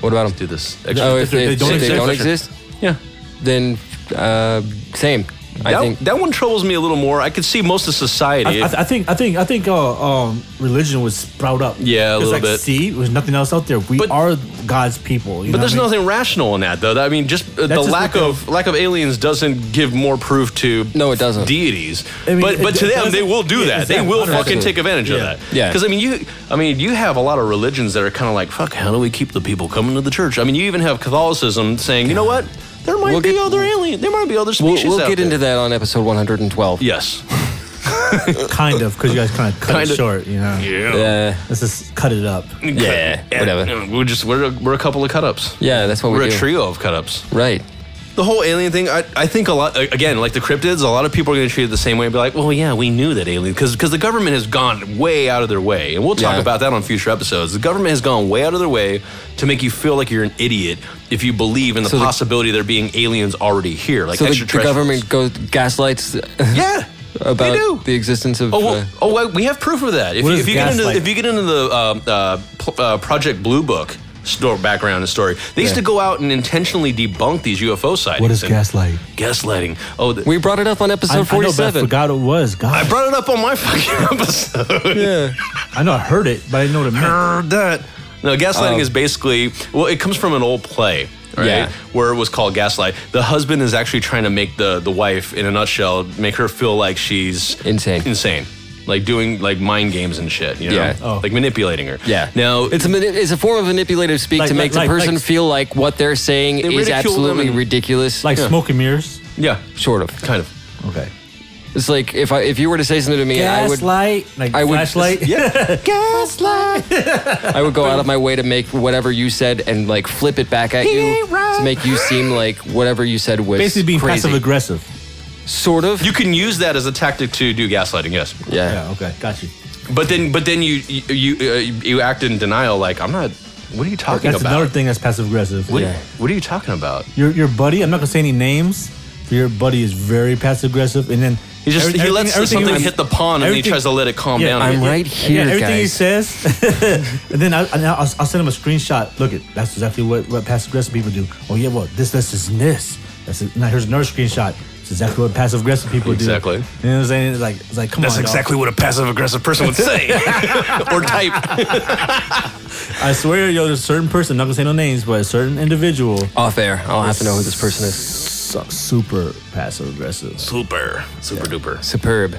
What about them?
Do this.
Oh, if they,
they
if
don't
they
exist.
don't exist,
yeah.
then uh, same.
That,
I think
that one troubles me a little more. I could see most of
I,
society.
I, I think I think I think uh, um, religion would sprout up.
Yeah, a
it's
little
like,
bit.
See, there's nothing else out there. We
But-
are God's people.
but there's nothing rational in that, though. That- I mean, just uh, the
That's just
lack
what
of lack of aliens doesn't give more proof to
No, it doesn't.
deities.
I mean,
but
it-
but to
it
them, they
doesn't-
will do
yeah,
that. They
exactly.
will fucking
Absolutely.
take advantage
Yeah.
of that.
Yeah.
Because I mean, you I mean, you have a lot of religions that are kind of like, fuck. How do we keep the people coming to the church? I mean, you even have Catholicism saying, you know what? There might
We'll
be
get-
other alien. There might be other
we'll,
species.
we'll
out
get
there.
into that on episode 112.
Yes.
kind of because you guys kind of cut
Kinda.
it short. You know,
Uh,
let's just cut it up.
yeah, whatever.
We're just we're a, we're a couple of cut ups.
Yeah, that's what we
We're a
do.
trio of cut ups.
Right.
The whole alien thing, I, I think a lot, again, like the cryptids, a lot of people are going to treat it the same way and be like, well, yeah, we knew that alien, because the government has gone way out of their way. And we'll talk
Yeah.
about that on future episodes. The government has gone way out of their way to make you feel like you're an idiot if you believe in the
So the-
possibility of there being aliens already here, like
So the, the
extraterrestrials.
government goes gaslights
Yeah. they do.
about the existence of.
Oh, well,
uh,
oh, well, we have proof of that. If,
What
you-
is
if you get into
gaslight?
if you get into the um uh, pl- uh, Project Blue Book store background and story, they used
Yeah.
to go out and intentionally debunk these UFO sightings.
What is
and-
gaslight?
Gaslighting. Oh, the,
we brought it up on episode
I, I know, but I
47.
forgot it was God.
I brought it up on my fucking episode.
yeah.
I know I heard it, but I didn't know what it meant.
Heard that. No, gaslighting is basically well, it comes from an old play, right?
Um, Yeah.
Where it was called gaslight. The husband is actually trying to make the the wife, in a nutshell, make her feel like she's
Insane.
insane, like doing like mind games and shit. You know?
Yeah.
Oh.
Like manipulating her.
Yeah.
Now
it's a mani- it's a form of manipulative speak
Like-
to make
like-
the
like-
person
like-
feel like what they're saying
They
is
ridicule them
absolutely
and-
ridiculous.
Like
Yeah.
smoke and mirrors.
yeah,
sort of.
kind of.
Okay.
It's like if I if you were to say something to me, I
Gaslight. like
I would-
flashlight.
Yeah.
Gaslight.
would I would go out of my way to make whatever you said and like flip it back at you
ain't right.
to make you seem like whatever you said was
Basically being
crazy.
passive aggressive.
Sort of.
You can use that as a tactic to do gaslighting, yes.
yeah.
Yeah. Okay. Got you.
But then, but then you you you, uh, you act in denial, like I'm not. What are you talking
That's
about?
another thing that's passive aggressive.
What,
Yeah.
what are you talking about?
your your buddy. I'm not gonna say any names. But your buddy is very passive aggressive, and then
He just
every-
he lets
everything- everything
something
was-
hit the pond and then he
everything-
tries to let it calm
Yeah,
down.
I'm
yeah,
right here,
yeah, everything he
guys.
says, and then I, and I'll, I'll send him a screenshot. Look, it that's exactly what, what passive aggressive people do. Oh yeah, well this this is this. That's it. Now here's another screenshot. It's exactly what passive aggressive people
Exactly.
do. You know what I'm saying? It's like, it's like come
That's
on. dog.
exactly what a passive aggressive person would say or type.
I swear, yo, there's a certain person, not gonna say no names, but a certain individual.
Off air. I'll have to know who this person is.
su- super passive aggressive.
Super, super duper.
Superb.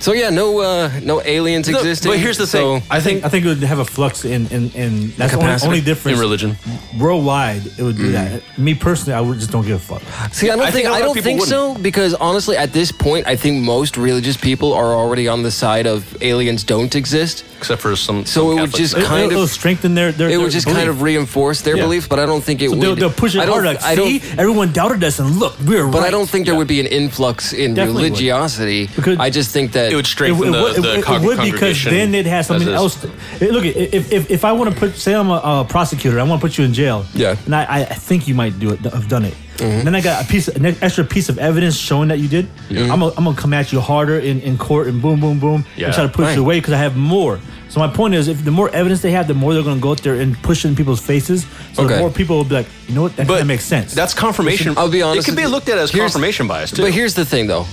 So yeah, no uh, no aliens
No,
existing.
but here's the
so-
thing. I think
I think it would have a flux in in, in that's the only,
capacitor.
only difference
in religion.
worldwide. It would do
Mm.
that. Me personally, I would just don't give a fuck.
See, I don't
I
think,
think a lot
I
of
don't
people
think so because honestly, at this point, I think most religious people are already on the side of aliens don't exist.
except for some.
So
some
it would
Catholics.
just
It,
Kind
kind
of-
it'll strengthen their their.
It
their
would just
belief.
kind of reinforce their
Yeah.
belief, but I don't think it
So
would.
they'll, they'll push it
I don't,
harder. Like,
I don't,
See, everyone doubted us, and look, we were
but
right.
I don't think there would be an influx in
Definitely would.
religiosity.
Because-
I just think that
It would strengthen
would-
the,
would-
the
it,
con-
would because
congregation
then they'd have
as
something
is.
else. To, eh, look, if, if if I want to put, say I'm a, a prosecutor, I want to put you in jail.
Yeah.
And I, I think you might do it. Have done it. Then I got a piece, an extra piece of evidence showing that you did. I'm gonna I'm gonna come at you harder in, in court and boom, boom, boom,
Yeah.
and try to push
Right.
you away because I have more. So my point is, if the more evidence they have, the more they're gonna go out there and push it in people's faces. So
Okay.
the more people will be like, you know what, that kind
But
of makes sense.
That's confirmation.
I'll be honest.
It could be
with-
looked at as
here's-
confirmation bias too.
But here's the thing, though.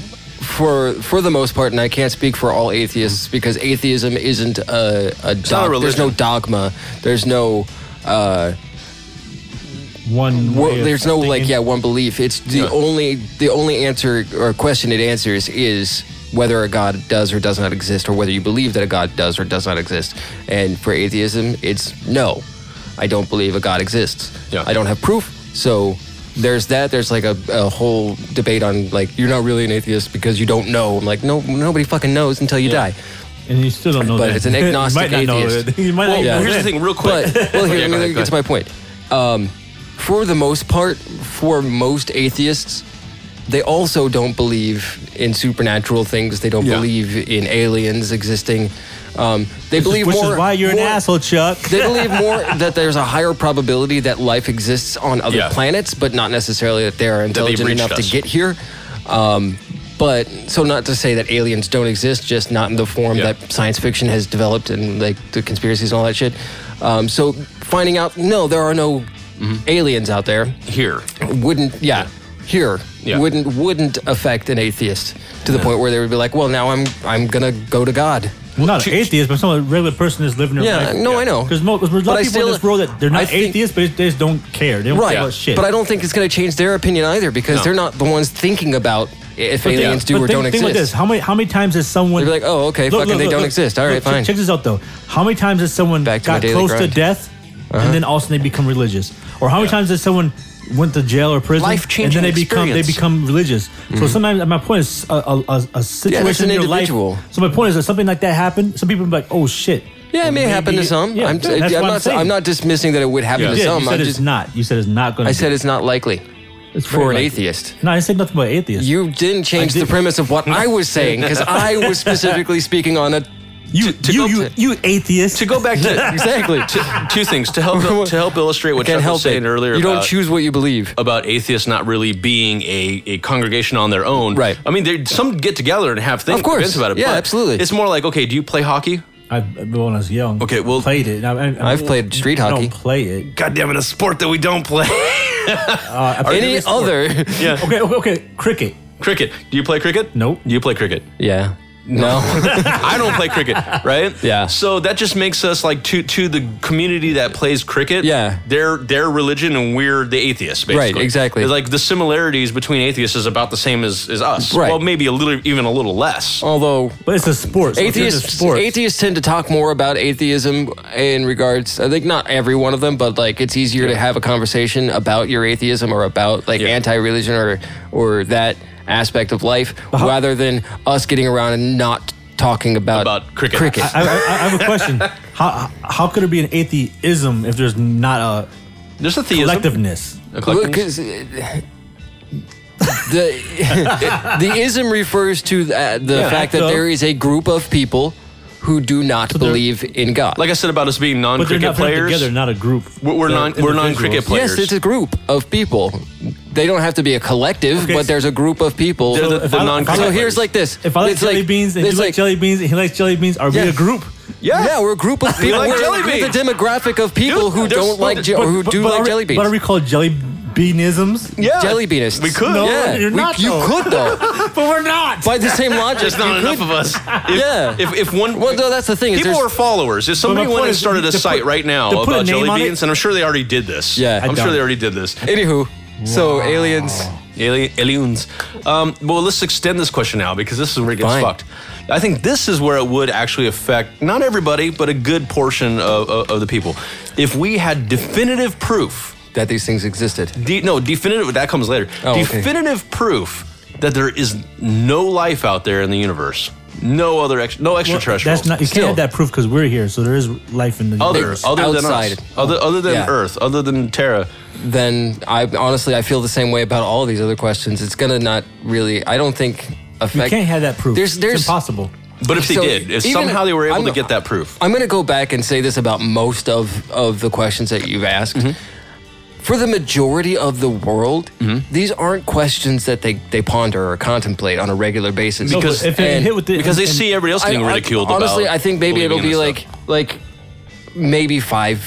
For for the most part, and I can't speak for all atheists because atheism isn't a,
not
a,
a
dog- There's no
religion.
dogma. There's no uh,
one.
wor-
way of
there's no like
thinking.
yeah one belief. It's the
Yeah.
only the only answer or question it answers is whether a god does or does not exist, or whether you believe that a god does or does not exist. And for atheism, it's no. I don't believe a god exists.
Yeah.
I don't have proof. So there's that. There's like a, a whole debate on like you're not really an atheist because you don't know. I'm like no, nobody fucking knows until you die.
and you still don't know.
But
that.
it's an
You might
agnostic
not know
atheist.
it. You might
well,
not
yeah.
know
here's the
it.
thing, real quick.
But well, here,
Yeah,
let
go
me
ahead, go
get to my
ahead.
point. Um, for the most part, for most atheists, they also don't believe in supernatural things. They don't
Yeah.
believe in aliens existing. Um, they believe
Which
more.
is why you're
more-
an asshole, Chuck.
They believe more that there's a higher probability that life exists on other
Yeah.
planets, but not necessarily that they are intelligent
reached
enough
us.
to get here. Um, but so not to say that aliens don't exist, just not in the form
Yeah.
that science fiction has developed and like the conspiracies and all that shit. Um, so finding out no, there are no
Mm-hmm.
aliens out there
Here,
wouldn't yeah, here
Yeah.
wouldn't wouldn't affect an atheist to the point where they would be like, well, now I'm I'm gonna go to God.
Well, not an atheist, but some regular person that's living their
Yeah,
life.
no, I know.
Because most there's a
But
lot
I
of people
still-
in this world that they're
I
not
think-
atheists, but they just don't care. They don't
Right.
care about shit.
But I don't think it's going to change their opinion either because
No.
they're not the ones thinking about if
But
aliens
think-
do
but
or
think,
don't
think
exist.
About this. How many how many times has someone
They'd be like, oh, okay, fucking they don't exist. All right,
check-
fine.
Check this out though. How many times has someone
Back to my
got
daily
close
grind. Uh-huh.
to death and then all of a sudden they become religious? Or how many times has someone went to jail or prison and
Life-changing
then they become they
experience.
become religious? So sometimes my point is a, a, a, a situation
Mm-hmm. an
in your life.
individual.
So my point is that something like that happened. Some people be like, oh shit.
yeah, it may happen to
Maybe-
some.
Yeah,
I'm,
that's what I'm
not,
saying.
not dismissing that it would happen
Yeah.
to
Yeah,
some.
you said
I'm
it's
just,
not. You said it's not going to.
I said it's not likely for an atheist.
No, I said nothing about atheists.
You didn't change the
didn't.
premise of what I was saying because I was specifically speaking on a.
you,
to
you,
go
you,
to-
you atheist.
to go back to
Exactly.
to, two things to help to help illustrate what
Can't
Chuck
help
was saying
it.
earlier.
You don't
about-
choose what you believe.
about atheists not really being a, a congregation on their own.
Right.
I mean, they some get together and have things
Of course.
events about it.
Yeah,
but
absolutely.
It's more like, okay, do you play hockey?
I, when I was young.
Okay, well-
played it. I, I,
I've played street
I
hockey.
Don't play it.
God damn it, a sport that we don't play.
Uh, I played
Any
every sport.
other?
yeah.
Okay, okay, okay. Cricket.
Cricket. Do you play cricket?
Nope.
Do you play cricket?
Yeah. No.
I don't play cricket, right?
Yeah.
So that just makes us like to to the community that plays cricket.
Yeah.
Their their religion and we're the atheists, basically.
exactly.
It's like the similarities between atheists is about the same as, as us.
Right.
Well, maybe a little even a little less.
Although
But it's a sport. So
atheists
It's sport.
atheists tend to talk more about atheism in regards i think not every one of them but like it's easier to have a conversation about your atheism or about like
Yeah.
anti-religion or or that aspect of life rather than us getting around and not talking about,
About cricket.
I, I, I have a question. how how could it be an atheism if there's not
There's a
a
theism.
collectiveness?
A collectiveness.
because the uh, the ism refers to uh, the fact that
so-
there is a group of people who do not
they're-
believe in God.
like I said about us being
But they're
non-cricket
not they're not
players.
together, not a group.
We're- we're
They're
non- we're non-cricket
individuals.
players.
Yes, it's a group of people. They don't have to be a collective,
Okay,
but
so-
there's a group of people.
They're
So,
the,
if
the
I- if I-
non-cricket
so
players.
here's like this.
If I like
It's
jelly
like-
beans and you
it's
like
like-
jelly beans and he likes jelly beans, are we
Yeah.
a group?
yeah,
yeah, we're a group of people.
like
we're
jelly
we're the
beans.
demographic of people
Dude,
who
there's-
don't like
but-
je- or who do
but
like
are we-
jelly beans.
But are we called jelly beanisms.
Yeah.
Jelly beans.
We could.
No,
Yeah,
you're
we-
not,
you
though.
could though.
But we're not.
By the same logic,
There's not
you
enough
could-
of us. If,
Yeah.
If, if one.
Well, no, that's the thing. Is
People
there's-
are followers. If somebody
point
went and
is,
started a
to put-
site right
to
now
put a
about jelly
name on it-
beans, and I'm sure they already did this.
Yeah. I
I'm sure
don't.
they already did this.
Anywho, so aliens.
Ali- Aliens. Um, well, let's extend this question now because this is where it gets
Fine.
fucked. I think this is where it would actually affect not everybody, but a good portion of, of, of the people. If we had definitive proof,
That these things existed.
de- no, definitive, that comes later,
Oh, okay.
definitive proof that there is no life out there in the universe, no other, ex- no
Well,
extraterrestrials.
that's not. You
Still.
can't have that proof because we're here. So there is life in the
other,
universe.
other than us,
outside.
other, other than
Yeah.
Earth, other than Terra.
Then I honestly I feel the same way about all of these other questions. It's gonna not really. I don't think
You
affect.
can't have that proof.
There's there's
it's impossible.
But if they
So
did, if
even-
somehow they were able
I'm-
to get that proof,
I'm going to go back and say this about most of, of the questions that you've asked.
Mm-hmm.
For the majority of the world,
Mm-hmm.
these aren't questions that they, they ponder or contemplate on a regular basis.
No, but
Because-
if it
and-
hit with the,
because they
and-
see everybody else getting
I- I-
ridiculed.
honestly,
about
I think maybe it'll
believing
be
in
like
this stuff. Mm-hmm.
like maybe five,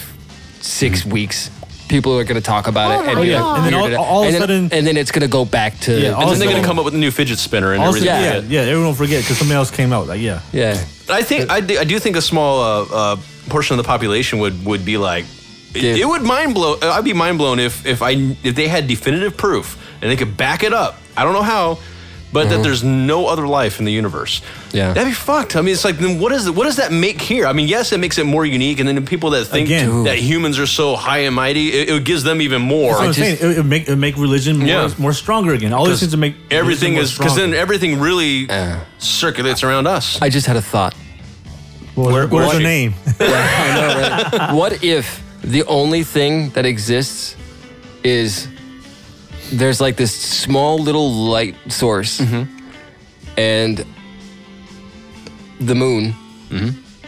six weeks. People are going to talk about it, and,
Oh,
you're
yeah.
gonna
And then
weird it
all-
out.
all of a
and
sudden-
then, and then it's going to go back to
Yeah,
And
all
then
of a
they're
sudden-
going to come up with a new fidget spinner and
Also,
everything.
yeah,
like
yeah,
that.
Everyone will forget because somebody else came out. Like, yeah,
yeah.
I think I do, I do think a small uh, uh, portion of the population would would be like
Give-
it, it would mind blow. I'd be mind blown if if I if they had definitive proof and they could back it up. I don't know how, but that there's no other life in the universe.
Mm-hmm. Yeah.
that'd be fucked. I mean, it's like then what is what does that make here? I mean, yes, it makes it more unique, and then the people that think
Again.
that humans are so high and mighty, it, it gives them even
That's what
more.
I'm saying. It, it make it would make religion more,
Yeah.
more stronger again. All these things to make religion
Everything
more
is because then
stronger.
everything really circulates around us.
I just had a thought.
Well, where's
where-
your name?
I know, right? what if the only thing that exists is there's like this small little light source and the moon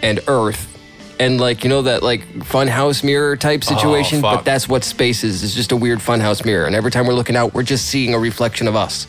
and Earth. And like you know that like funhouse mirror type situation,
fuck.
but that's what space is. It's just a weird funhouse mirror, and every time we're looking out, we're just seeing a reflection of us,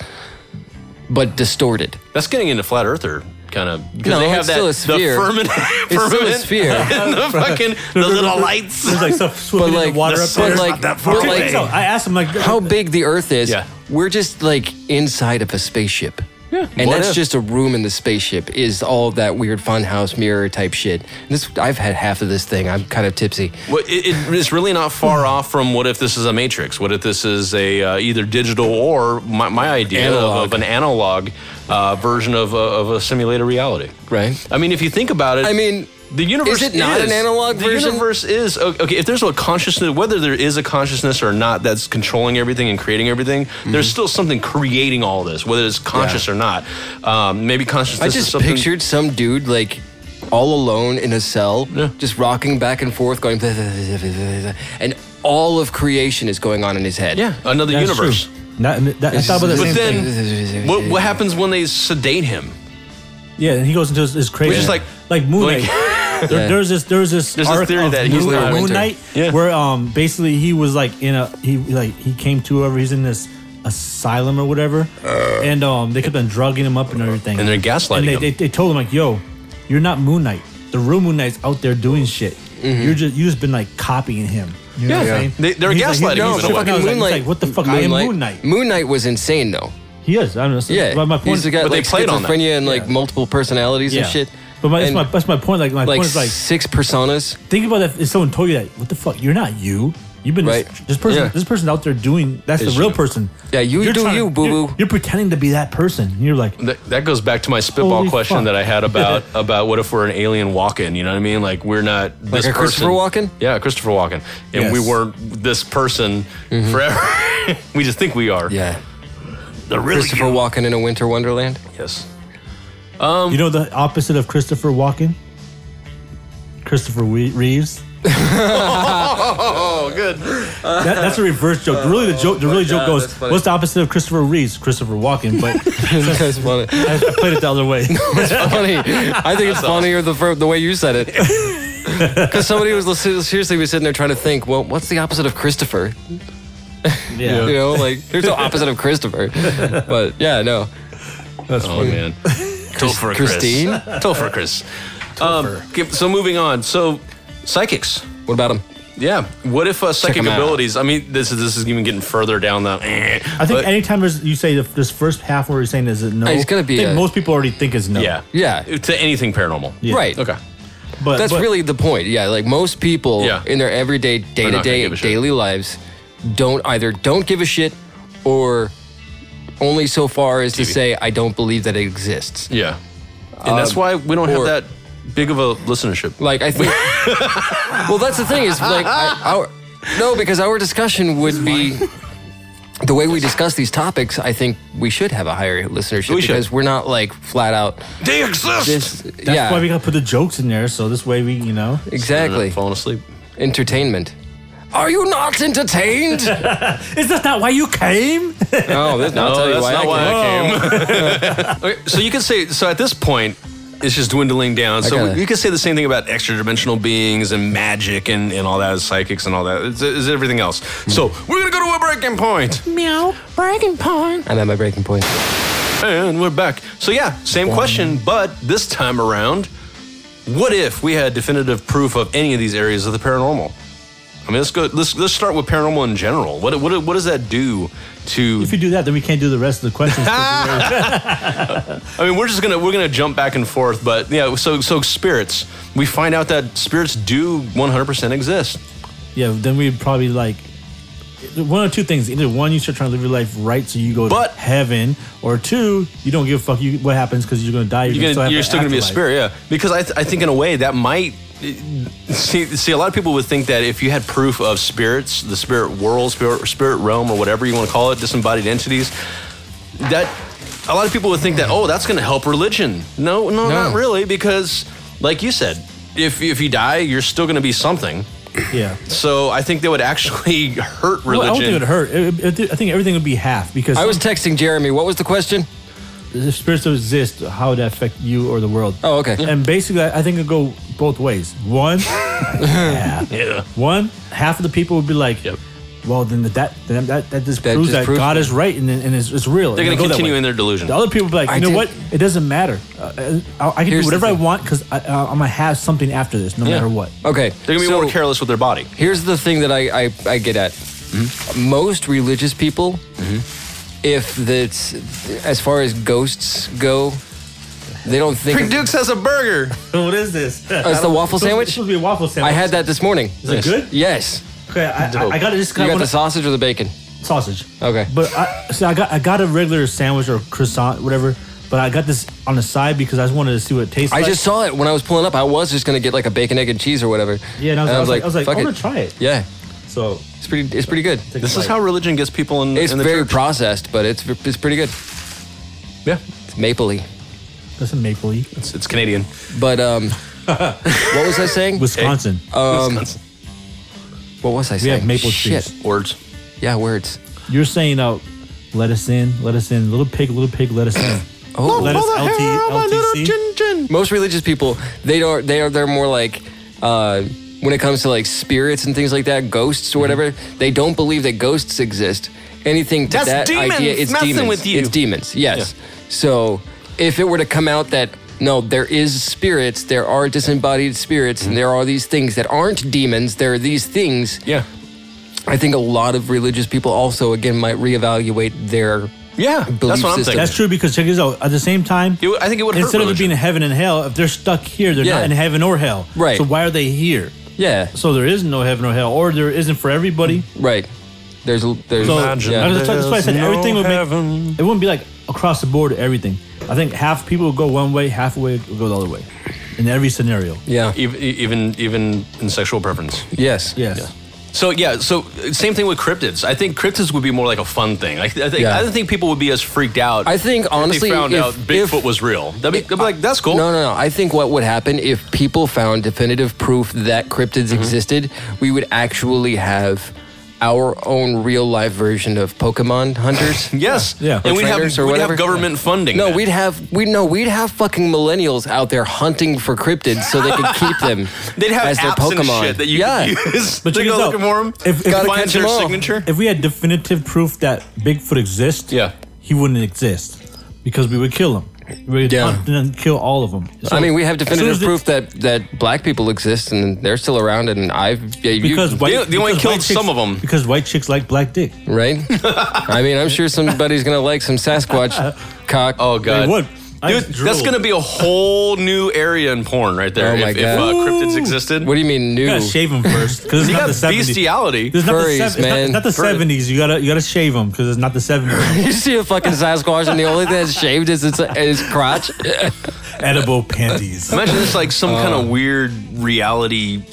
but distorted.
That's getting into flat earther kind of because
No,
they have
it's
that
still a sphere.
the firmament,
It's still a
firmament
sphere.
and the fucking the little lights.
There's like stuff swimming in
like-
the water
but
up there.
like- Not that far but
Dude,
like-
so I asked him like,
how big the Earth is.
Yeah.
We're just like inside of a spaceship. Yeah. And
What
that's
if?
just a room in the spaceship. Is all that weird funhouse mirror type shit. This I've had half of this thing. I'm kind of tipsy.
Well, it, it- it's really not far
Hmm.
off from what if this is a matrix? What if this is a uh, either digital or my, my idea of,
Analog.
of an analog uh, version of a, of a simulated reality?
Right.
I mean, if you think about it,
I mean,
the universe
is it not an analog
the
version?
universe is o- okay. If there's a consciousness, whether there is a consciousness or not, that's controlling everything and creating everything. There's still something creating all this, whether it's conscious
Hmm. Yeah.
or not. Um, maybe consciousness.
I
is
just
something,
pictured some dude like all alone in a cell, just rocking back and forth, going, and all of creation is going on in his head.
yeah another
That's
universe.
true. Not, that, I thought about the
But
same
then,
thing.
what, what happens when they sedate him?
Yeah, and he goes into his, his crazy.
Which is like-
like Moon
like-
Knight. there,
Yeah.
There's this there's this
There's this
arc
theory
of
that he's
Moon,
not-
Moon
Winter.
Knight
Yeah.
where um basically he was like in a he like he came to wherever he's in this asylum or whatever, and um they kept on drugging him up and everything,
Uh. And they're gaslighting
And they,
him.
They, they told him like, "Yo, you're not Moon Knight. The real Moon Knight's out there doing shit. You're just you just been like copying him." You know
Mm-hmm.
what
Yeah.
I'm saying?
They- they're
And he's
gaslighting him
like,
in
"No,
a way."
fucking
Fucking
Moon Knight.
Moonlight-
He's like, what the fuck? I am
Moonlight-
Moon Knight.
Moon Knight was insane though.
He is. I don't know. that's-
Yeah,
but my point.
he's the guy
But they
like
played on that.
schizophrenia and like multiple personalities and
Yeah.
shit.
But my, that's,
And,
my, that's my point. Like my
like,
point is like
six personas.
think about that if someone told you that what the fuck you're not you you've been
Right.
this, this person
Yeah.
this person's out there doing that's
It's
the real
you.
person
Yeah, you do
trying-
you, boo-boo.
you're, you're pretending to be that person And you're like
That, that goes back to my spitball
Holy
question
fuck.
that I had about about what if we're an alien walking? You know what I mean? Like we're not this
a Christopher
person.
Walken?
Yeah, Christopher Walken, and we
Yes.
weren't this person forever. we just think we are.
Yeah,
the real
Christopher
you.
Walken in a winter wonderland.
Yes.
Um,
you know the opposite of Christopher Walken Christopher Wee- Reeves
Oh, good.
that, that's a reverse joke really the joke the really joke
Oh God,
goes
that's funny.
what's the opposite of Christopher Reeves Christopher Walken but
That's funny.
I I played it the other way
It's funny. I think it's funnier the fir- the way you said it. Because somebody was li- seriously was sitting there trying to think. Well, what's the opposite of Christopher?
yeah,
You know, like there's no opposite of Christopher. But yeah, no.
that's
Oh
funny.
man. Topher Chris.
Christine?
Topher Chris. Um, okay, so moving on. So psychics.
What about him?
Yeah. What if uh, psychic
'em out.
abilities? I mean, this is this is even getting further down the.
I think anytime there's, you say the, this first half where you're saying is it no,
It's gonna be
I think
a-
most people already think is no.
yeah.
Yeah.
To anything paranormal.
Right.
Okay.
but
That's
but-
really the point. Yeah, like most people
Yeah.
in their everyday, day
not
to
gonna
day,
give a shit.
daily lives, don't either don't give a shit or only so far as to
TV.
say I don't believe that it exists.
Yeah. And that's why we don't
Uh, or-
have that big of a listenership.
Like I think. well, that's the thing is like I, our no because our discussion would be. The way we discuss these topics, I think we should have a higher listenership
We should.
because we're not like flat out.
they exist.
This,
that's
yeah,
why we gotta put the jokes in there so this way we you know
exactly.
Falling asleep.
Entertainment. Are you not entertained?
is that not why you came?
oh, that's not,
No,
tell you
that's
why I
not
came.
why I came. okay, so you could say so at this point. It's just dwindling down. So
gotta-
you could say the same thing about extra dimensional beings and magic and, and all that, psychics and all that. It's, it's everything else. So we're going to go to a breaking point.
I'm at my breaking point.
And we're back. So, yeah, same question, but this time around, what if we had definitive proof of any of these areas of the paranormal? I mean, let's go. Let's let's start with paranormal in general. What what what does that do to?
if you do that, then we can't do the rest of the questions.
I mean, we're just gonna we're gonna jump back and forth, but yeah. So so spirits, we find out that spirits do 100% exist.
yeah, then we'd probably like one or two things. Either one, you start trying to live your life right, so you go
But-
to heaven, or two, you don't give a fuck you what happens because you're gonna die.
You're
gonna
gonna,
have
you're
an
still gonna be a
afterlife.
spirit, yeah. Because I, th- I think in a way that might see see a lot of people would think that if you had proof of spirits, the spirit world, spirit spirit realm, or whatever you want to call it, disembodied entities, that a lot of people would think that oh that's gonna help religion. No, no, not really, because like you said, if if you die, you're still gonna be something.
Yeah.
So I think that would actually hurt religion.
Well, I don't think it would hurt. It- it- it- I think everything would be half because
I was texting Jeremy. What was the question?
if spirits don't exist, how would that affect you or the world?
Oh, okay.
And basically, I I think it'd go both ways. One, yeah. one half of the people would be like, well, then that then that that just
That
proves
just
that
proves
God
it.
is right and and it's, it's real.
They're
And
gonna
go that
continue
way.
in their delusion.
The other people would be like,
I
you know
did-
what? It doesn't matter. Uh, uh, I, I can
Here's
do
the
whatever I
thing.
want because I, uh, I'm gonna have something after this, no
Yeah.
matter what.
Okay.
They're gonna be
so
more careless with their body.
Here's the thing that I, I, I get at.
Hmm?
Most religious people,
Mm-hmm.
if that's as far as ghosts go, they don't think
Rick
of,
Dukes has a burger.
what is this?
Oh, it's the waffle
It's
sandwich.
supposed to be a waffle
I
sandwich.
had that this morning.
Is it good?
Yes.
Okay, I, I, I got to just
You
kind
got
of
the sausage or the bacon?
sausage.
Okay.
But I so I got I got a regular sandwich or croissant, whatever. But I got this on the side because I just wanted to see what it tastes
I
like.
just saw it when I was pulling up. I was just gonna get like a bacon, egg, and cheese or whatever.
yeah, and I was, I was like, I was like,
fuck
I'm
it.
gonna try it.
Yeah,
So
it's pretty. It's pretty good.
This is how religion gets people in.
It's
in the
very
church.
processed, but it's it's pretty good.
yeah.
It's mapley.
that's in Mapley,
It's, it's Canadian.
But um, what was I saying?
Wisconsin.
Um,
Wisconsin.
What was I
we
saying?
have maple
Shit.
trees.
words.
Yeah, words.
You're saying out, let us in, let us in, little pig, little pig, let us in.
Oh.
let us LT, LTC.
Most religious people, they don't. They are. They're more like. Uh, when it comes to like spirits and things like that, ghosts or
Mm-hmm.
whatever, they don't believe that ghosts exist. Anything to
That's
that
demons
idea, it's
messing
demons.
with you.
It's demons. Yes. So, if it were to come out that no, there is spirits, there are disembodied spirits,
Mm-hmm.
and there are these things that aren't demons. There are these things.
Yeah.
I think a lot of religious people also again might reevaluate their
Yeah,
belief
that's what I'm
system.
thinking.
That's true because check this out. At the same time,
It would- I think it would hurt
instead of it
religion.
being in heaven and hell, if they're stuck here, they're
Yeah.
not in heaven or hell.
Right.
So why are they here?
Yeah,
So there is no heaven or hell, or there isn't for everybody.
right. There's a- there's
So
Imagine
I
yeah.
was- that's why I said
there's
everything
no
would
heaven.
make, it wouldn't be like across the board everything. I think half people would go one way, half way would go the other way, in every scenario.
yeah.
Even, e, even even in sexual preference.
Yes.
Yes.
So yeah, so uh, same thing with cryptids. I think cryptids would be more like a fun thing. Like I think
Yeah.
I don't think people would be as freaked out.
I think,
if
honestly,
they found
if-
out Bigfoot
if-
was real. That'd be, they'd be like that's cool.
No, no, no. I think what would happen if people found definitive proof that cryptids
Mm-hmm.
existed, we would actually have our own real life version of Pokemon hunters.
Yes.
Yeah.
And
Or
we'd have,
trainers or
we'd
whatever.
have government funding.
No,
that.
we'd have we no, we'd have fucking millennials out there hunting for cryptids so they could keep them
They'd have
as their
apps and
Pokemon.
shit that you
yeah.
could use.
But
to
check
go
this out.
looking for 'em,
If- if- Gotta
find
catch
their
'em all.
signature.
If we had definitive proof that Bigfoot exists,
Yeah.
he wouldn't exist because we would kill him. We're
Yeah.
yeah. hunt and kill all of them. So-
I mean, we have
as soon
definitive
as the-
proof that that black people exist and they're still around, and I've yeah, you-
because white,
they only
because
killed
white chicks-
some of 'em.
Because white chicks like black dick.
right. I mean, I'm sure somebody's gonna like some Sasquatch cock.
Oh god.
They would. I
Dude,
drool.
that's gonna be a whole new area in porn right there.
Oh my
if if
God.
uh, cryptids existed,
What do you mean new?
You gotta shave them first because it's
you
not
got
the 70s.
bestiality.
This is not the
Furries,
sev- it's not-
man.
It's not the
Furry.
seventies. You gotta you gotta shave them because it's not the seventies.
You see a fucking Sasquatch, and the only thing that's shaved is its, its crotch.
Edible panties.
Imagine it's like some kind
Uh.
of weird reality,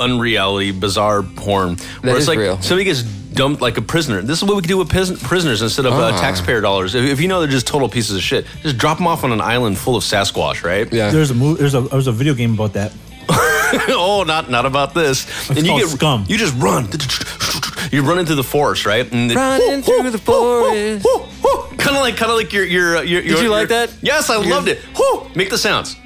unreality, bizarre porn where it's
is
like
real.
somebody gets dumped like a prisoner. This is what we could do with pis- prisoners instead of
Uh-huh.
uh, taxpayer dollars. If, if you know they're just total pieces of shit, just drop them off on an island full of Sasquatch, right?
Yeah.
There's a mo- there's a there's a video game about that.
oh, not not about this. and you
called
get
Scum.
You just run. You're running through the forest, right? And the-
Running through the forest.
Kind of like, kind of like your your uh, your. Did
you like that?
Yes, I loved it. Whoo! Make the sounds.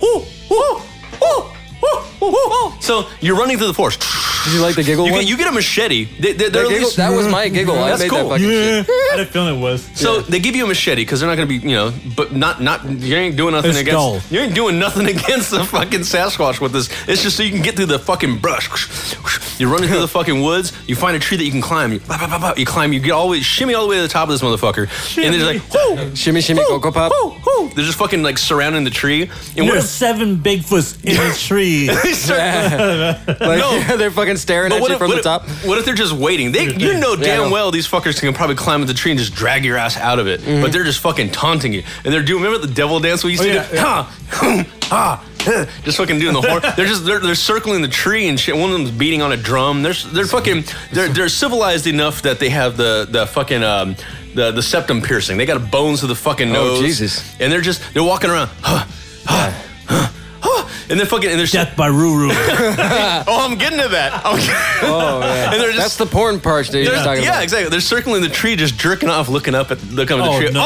Whoo! Whoo! Whoo! Whoo! Whoo! So you're running through the forest.
Did you like the giggle
You
one?
get, you get a machete. They, they,
that,
they're at
giggle-
least,
that was my giggle. I
That's
made that
cool.
fucking shit.
I had a feeling it was.
so they give you a machete because they're not going to be, you know, but not not you ain't doing nothing
It's
against
dull.
you ain't doing nothing against the fucking Sasquatch with this. It's just so you can get through the fucking brush. You're running through the fucking woods. You find a tree that you can climb. You, blah, blah, blah, blah, you climb. You get all the way shimmy all the way to the top of this motherfucker, and they're just like, whoo,
Shimmy, shimmy, coco pop.
whoo, whoo. They're just fucking like surrounding the tree. And what
There's
if
seven Bigfoots in a tree.
they start
Like,
No.
they're fucking staring at you from
what
the top.
If, what if they're just waiting? They, you know
Yeah, I
damn
know.
well these fuckers can probably climb up the tree and just drag your ass out of it.
Mm-hmm.
But they're just fucking taunting you, and they're doing. Remember the devil dance
Oh,
we used to
yeah,
do? Huh? ah. huh, Just fucking doing the horn. They're just they're, they're circling the tree and shit. One of them's beating on a drum. They're s- they're fucking they're they're civilized enough that they have the the fucking um the the septum piercing. They got bones to the fucking
Oh,
nose.
Jesus.
And they're just they're walking around. Huh, huh, huh, huh, and they're fucking and they're
Death by Ruru.
Oh, I'm getting to that. I'm getting-
Oh, yeah.
And they're just-
That's the porn part that you're
They're-
talking
yeah,
about.
exactly. They're circling the tree, just jerking off, looking up at looking up at the
Oh,
tree.
no.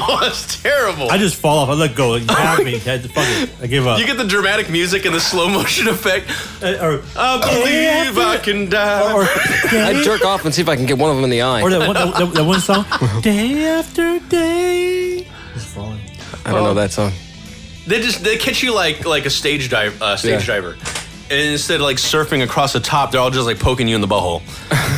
Oh, that's terrible.
I just fall off. I let go. You have me. I, fuck it. I give up.
you get the dramatic music and the slow motion effect.
Uh, or,
I believe I can die.
or,
I jerk off and see if I can get one of them in the eye.
or that, one, that, that- that one song.
Uh-huh.
day after day. It's falling.
I don't know that song.
they just they catch you like like a stage dive uh, stage
Yeah.
diver, and instead of like surfing across the top, they're all just like poking you in the butthole.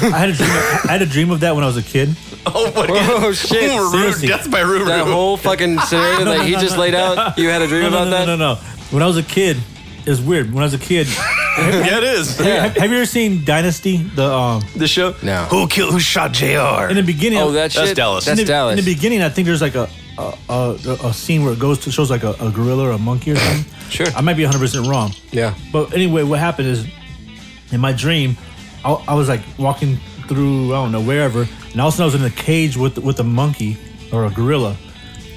I had a dream. I had a dream of that when I was a kid.
Oh my god!
Oh, shit,
Ooh, Roo,
seriously.
death by Ruru.
That whole fucking scenario that he just laid out, you had a dream
No, no,
about
no,
that?
no, no, no. When I was a kid, it was weird. When I was a kid,
yeah, it is.
have, have you ever seen Dynasty? The um,
The show.
No.
Who killed? Who shot Jr.
in the beginning.
Oh, that
That's
shit?
Dallas.
That's
in the,
Dallas.
In the beginning, I think there's like a a, a, a scene where it goes to shows like a, a gorilla or a monkey or something.
Sure.
I might be 100 percent wrong.
Yeah.
But anyway, what happened is, in my dream, I, I was like walking through I don't know wherever, and all of a sudden I was in a cage with with a monkey or a gorilla,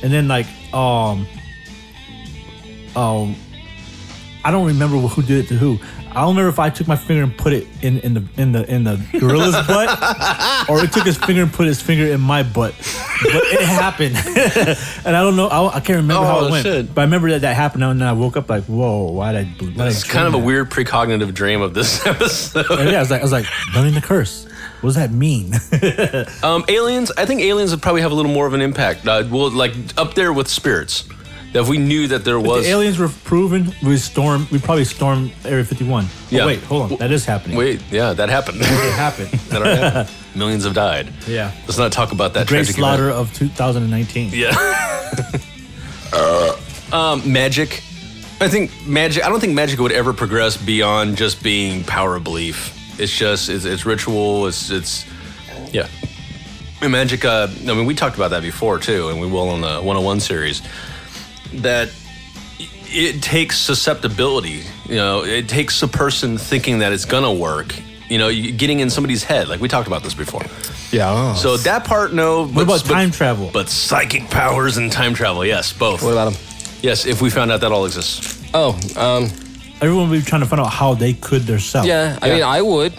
and then like um um I don't remember who did it to who. I don't remember if I took my finger and put it in, in the in the in the gorilla's butt, or it took his finger and put his finger in my butt. But it happened, and I don't know. I, I can't remember how
Oh,
it went.
shit.
But I remember that that happened, and then I woke up like, "Whoa, why did I?" Why did
It's kind of a weird precognitive dream of this episode.
yeah, I was like, I was like, learning the curse. What does that mean?
Um, aliens, I think aliens would probably have a little more of an impact. Uh, well, like up there with spirits. That if we knew that there
If
was
the aliens were proven. We storm. We probably storm Area 51.
Yeah.
Oh, wait, hold on. That is happening.
Wait, yeah, that happened.
it happened.
That already happened. Millions have died.
Yeah.
Let's not talk about that.
Great
tragic
slaughter
event.
of 2019.
Yeah. um, magic. I think magic. I don't think magic would ever progress beyond just being power of belief. It's just it's, it's ritual. It's it's yeah. And magic. Uh, I mean, we talked about that before too, and we will on the 101 series. That it takes susceptibility. You know, it takes a person thinking that it's gonna work. You know, you- getting in somebody's head. Like we talked about this before.
Yeah.
So that part, no. What
about time travel?
But psychic powers and time travel, yes, both.
What about him?
Yes, if we found out that all exists.
Oh, um,
Everyone would be trying to find out how they could themselves.
yeah. I mean, I would.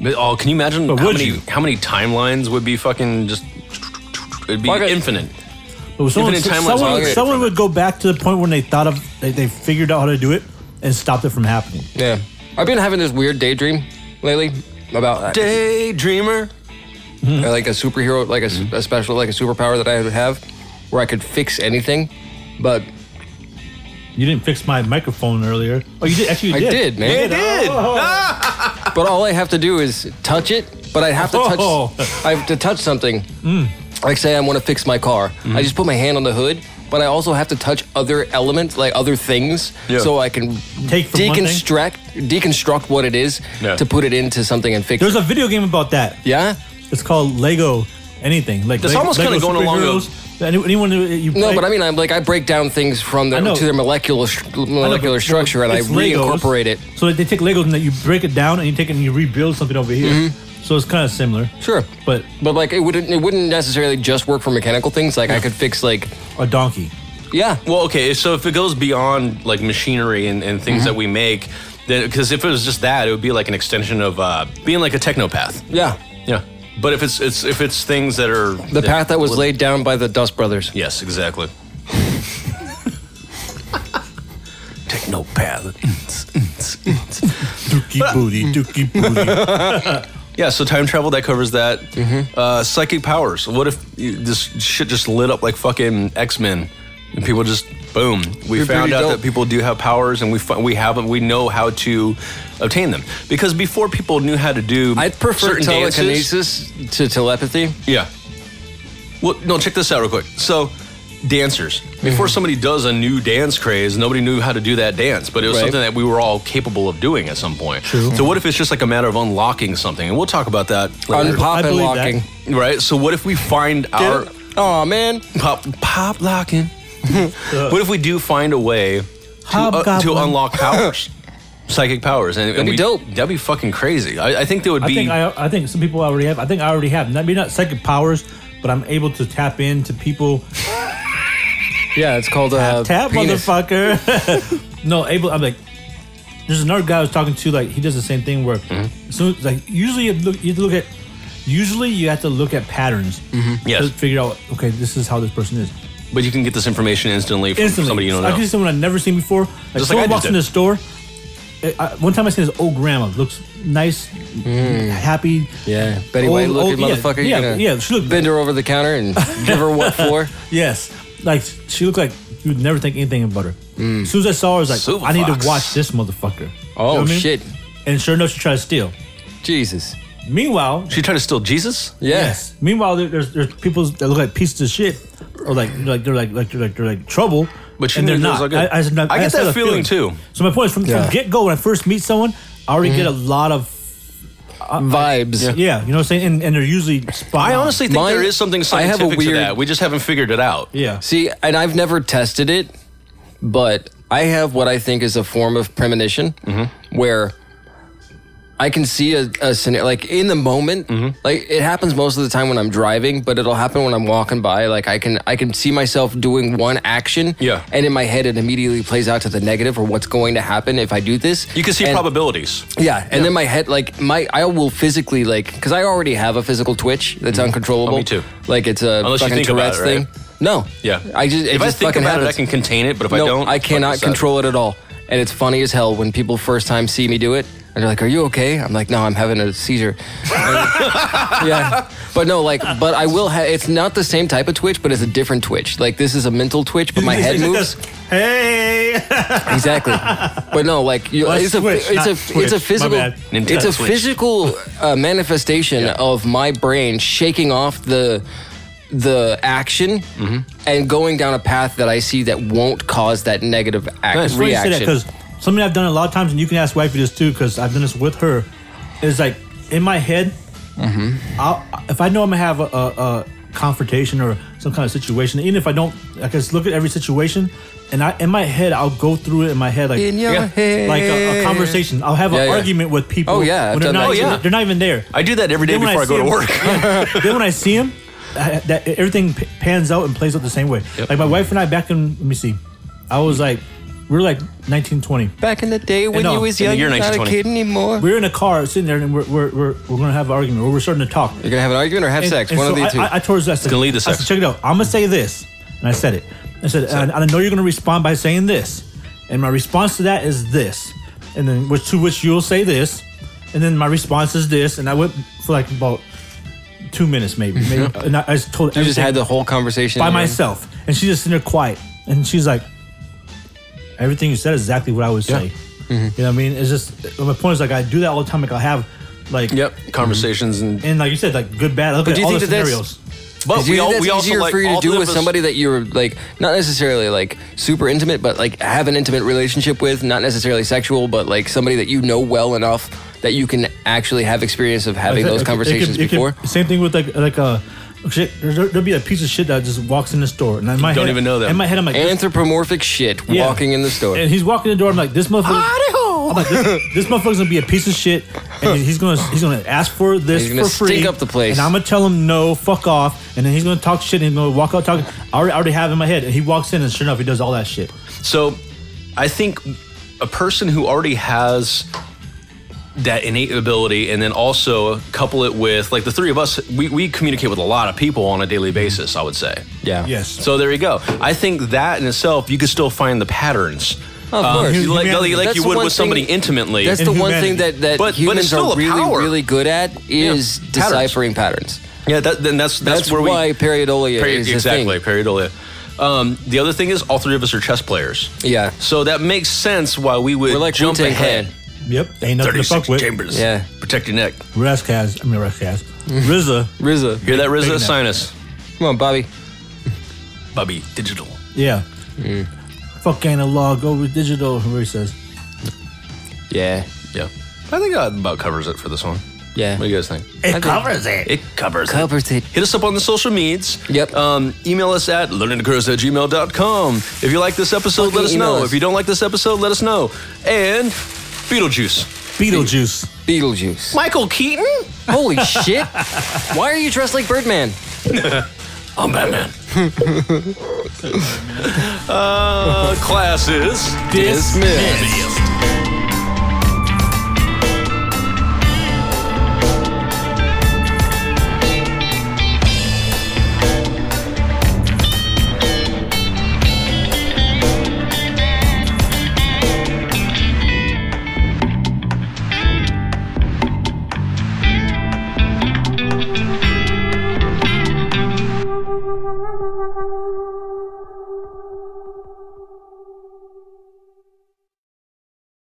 But, oh, can you imagine
But
how
would
many
you?
how many timelines would be fucking just? It'd be
Fuck it.
infinite.
But someone,
Infinite timelines
someone,
are
would-
created
someone
from
would go back to the point when they thought of they, they figured out how to do it and stopped it from happening.
Yeah. I've been having this weird daydream lately about uh,
Daydreamer.
Mm-hmm.
like a superhero, like a, s- a special, like a superpower that I would have. where I could fix anything, but
You didn't fix my microphone earlier. Oh, you did. Actually, you
I
did. Oh.
did, man. Ah!
It did.
But all I have to do is touch it. But I have to touch.
Oh. Mm.
I have to touch something. Like say I want to fix my car. I
Mm-hmm.
just put my hand on the hood, but I also have to touch other elements, like other things,
Yeah.
so I can
Take from one thing?
deconstruct deconstruct what it is
Yeah.
to put it into something and fix.
There's
it.
a video game about that.
yeah.
It's called Lego anything. Like
That's
Lego,
almost kinda
Lego
going along with-
superheroes. Any- Anyone who- you
No,
play-
but I mean, I'm like I break down things from
I
their
know.
to their molecular stru- molecular
but-
structure, and I
it's Legos.
reincorporate it.
So that they take Legos and that you break it down and you take it and you rebuild something over here. So it's kind of similar.
Mm-hmm. Sure,
But
but like it wouldn't it wouldn't necessarily just work for mechanical things. Like I could fix like
a donkey.
yeah,
Well, okay. So if it goes beyond like machinery and, and things
Mm-hmm.
that we make, then because if it was just that, it would be like an extension of uh, being like a technopath.
yeah.
Yeah. But if it's it's if it's things that are
The path that was laid down by the Dust Brothers.
Yes, exactly. Technopath.
Dookie booty, dookie booty.
yeah, so time travel that covers that.
Mm-hmm.
Uh, psychic powers. What if you- this shit just lit up like fucking X Men, and people just boom? We
You're
found
pretty
out
dope.
that people do have powers, and we fi- we have them. We know how to obtain them because before people knew how to do.
I'd prefer
certain dances-
telekinesis to telepathy.
Yeah. Well, no, check this out real quick. So, dancers. Before
Mm-hmm.
somebody does a new dance craze, nobody knew how to do that dance, but it was
Right.
something that we were all capable of doing at some point. So, what if it's just like a matter of unlocking something? And we'll talk about that later.
I
Unpop and
believe
locking.
right? So, what if we find our
Oh man,
pop, pop locking? what if we do find a way to, uh, to
Hobgoblin.
unlock powers? Psychic powers, and, and
be
we-
dope.
That'd be fucking crazy. I, I think that would
I
be.
think I, I think some people already have. I think I already have. Not, maybe not psychic powers, but I'm able to tap into people.
yeah, it's called a
tap,
penis.
motherfucker. no, able. I'm like. There's another guy I was talking to. Like he does the same thing where, so like usually you look, you have to look at. Usually you have to look at patterns
Yes.
to figure out. Okay, this is how this person is.
but you can get this information instantly from
instantly.
somebody you don't
I
know.
can see someone I've never seen before. Like
Just like I
someone
just
walks in
did.
the store. I, I, one time I seen this old grandma looks nice, happy.
Yeah, Betty White looking motherfucker.
Yeah,
you
yeah,
gonna
yeah. She looked
Bend her over the counter and give her what for?
yes, like she looked like you would never think anything about her. As soon as I saw her, I was like,
Mm. Silver
I need
Fox.
to watch this motherfucker.
Oh
You know what I mean?
shit,
And sure enough, she tried to steal.
Jesus.
Meanwhile,
She tried to steal Jesus?
Yes.
Meanwhile, there- there's there's people that look like pieces of shit, or like like they're like like they're like they're like trouble.
But she
and they're
knew there was
not.
like a-
I, I, said-
I get
said
that
a
feeling too.
So my point is, from,
Yeah.
from get go, when I first meet someone, I already get a
Mm-hmm.
lot of
Vibes.
yeah, you know what I'm saying, and, and they're usually spot.
I
on.
honestly think
Mine-
there is something
I have a
scientific
weird-
to that. We just haven't figured it out.
yeah.
See, and I've never tested it, but I have what I think is a form of premonition
Mm-hmm.
where I can see a, a scenario, like in the moment,
Mm-hmm.
like it happens most of the time when I'm driving, but it'll happen when I'm walking by. Like I can, I can see myself doing one action,
Yeah.
and in my head it immediately plays out to the negative or what's going to happen if I do this.
You can see
And-
probabilities.
yeah, and then my head, like my, I will physically like because I already have a physical twitch that's uncontrollable.
Oh, me too.
Like it's a
Unless you
fucking
think about
Tourette's
it, right?
thing. No.
Yeah.
I just it
if I
just
think
fucking
about
happens.
it, I can contain it. But if
no,
I don't,
I
fuck
cannot
this up.
control it at all. And it's funny as hell when people first time see me do it, and they're like, "Are you okay?" I'm like, "No, I'm having a seizure." And- yeah, but no, like, but I will have. It's not the same type of twitch, but it's a different twitch. Like this is a mental twitch, but my head
It's like
moves.
this, Hey,
Exactly. But no, like you,
Well,
it's a
Switch,
it's
not
a
Switch.
it's a
My
physical
bad.
Nintendo
it's a
Switch.
physical uh, manifestation of my brain shaking off the the action
Mm-hmm.
and going down a path that I see that won't cause that negative act,
It's funny you say that
reaction.
because something I've done a lot of times, and you can ask wifey this too, because I've done this with her. Is like in my head,
Mm-hmm.
I'll, if I know I'm gonna have a, a, a confrontation or some kind of situation, even if I don't, I just look at every situation, and I in my head I'll go through it in my head like
In your
Yeah.
head.
like a, a conversation. I'll have
Yeah,
an
yeah.
argument with people.
Oh, yeah, I've
when they're
done
not,
that
even-
too. Oh, yeah.
they're not even there.
I do that every day
Then when
before I, go
see
to
'em-
work.
Yeah. then when I see him, I, that everything p- pans out and plays out the same way. Like my wife and I back in, let me see, I was like, we were like 19, 20.
Back in the day when
And no,
you was
in the
young,
year
you're not a
1920.
kid anymore.
We We're in a car sitting there and we're, we're, we're, we're going to have an argument or we're starting to talk.
You're gonna have an argument or have
And-
sex.
and
One
so
of the
I,
two.
I, I told her, I said,
Gonna lead to
I said,
sex.
check it out. I'm going to say this. And I said it. I said, and, and I know you're going to respond by saying this. And my response to that is this. And then which to which you'll say this. And then my response is this. And I went for like about two minutes, maybe. maybe and I, I just told
Mm-hmm. You just had the whole conversation
by
in your-
myself, and she's just in there quiet, and she's like, "Everything you said is exactly what I would say."
Mm-hmm.
You know what I mean? It's just my point is like I do that all the time. Like I have like
Mm-hmm.
Yep, conversations and.
and like you said, like good, bad. I look at
do you
all
think
the
that that's-
scenarios.
But
Do you
we,
think
all,
that's
we also
easier
like
for you
all
to do
three of
with
us-
somebody that you're like not necessarily like super intimate, but like have an intimate relationship with, not necessarily sexual, but like somebody that you know well enough that you can actually have experience of having
Like,
those
it could-
conversations
it could- it
before.
could- same thing with like like a. Shit, there, there'll be a piece of shit that just walks in the store, and in my
Don't
head,
even know them.
In my head, I'm like, this-
Anthropomorphic shit
Yeah.
walking in the store.
And he's walking in the door. I'm like, this motherfucker. I'm like, this, this motherfucker's gonna be a piece of shit, and he's gonna he's gonna ask for this
He's gonna
for free.
stink up the place.
and I'm gonna tell him no, fuck off, and then he's gonna talk shit and he's gonna walk out talking. I already, I already have it in my head, and he walks in, and sure enough, he does all that shit.
So I think a person who already has that innate ability and then also couple it with like the three of us we, we communicate with a lot of people on a daily
Mm-hmm.
basis i would say
yeah.
Yes.
so there you go i think that in itself you could still find the patterns
Of
Um,
course.
you- like,
Uh, Humanity.
like
That's
you
the
would
one
with somebody
thing-
intimately Mm-hmm.
That's the
And
one
humanity.
thing that, that
But- but it's
humans
still
are
a
really,
power.
really good at is
Patterns.
deciphering patterns.
yeah that, then that's that's,
That's
where we
why pareidolia is a thing.
exactly pareidolia um, the other thing is all three of us are chess players
Yeah.
so that makes sense why we would
We're like
jump
Wu-Tang
ahead
Clan.
Yep, ain't nothing to fuck
36
with.
chambers
Yeah.
protect your neck
Raskaz, I mean Raskaz, RZA.
RZA.
Hear that, RZA?
neck.
Sign us.
Come on, Bobby.
Bubby Digital.
Yeah. Fuck analog, go with digital. He says.
Yeah.
Yeah. I think that about covers it for this one.
Yeah.
What do you guys think?
It covers it.
It covers it.
Covers it.
Hit us up on the social medias.
Yep.
Um, email us at learningtocurse at gmail.com. If you like this episode,
Fucking
let us
email
know.
us.
If you don't like this episode, let us know. And Beetlejuice.
Beetlejuice.
Beetlejuice.
Michael Keaton?
Holy shit! Why are you dressed like Birdman?
I'm Batman. uh, classes. Uh,
Dismissed.
Dismissed.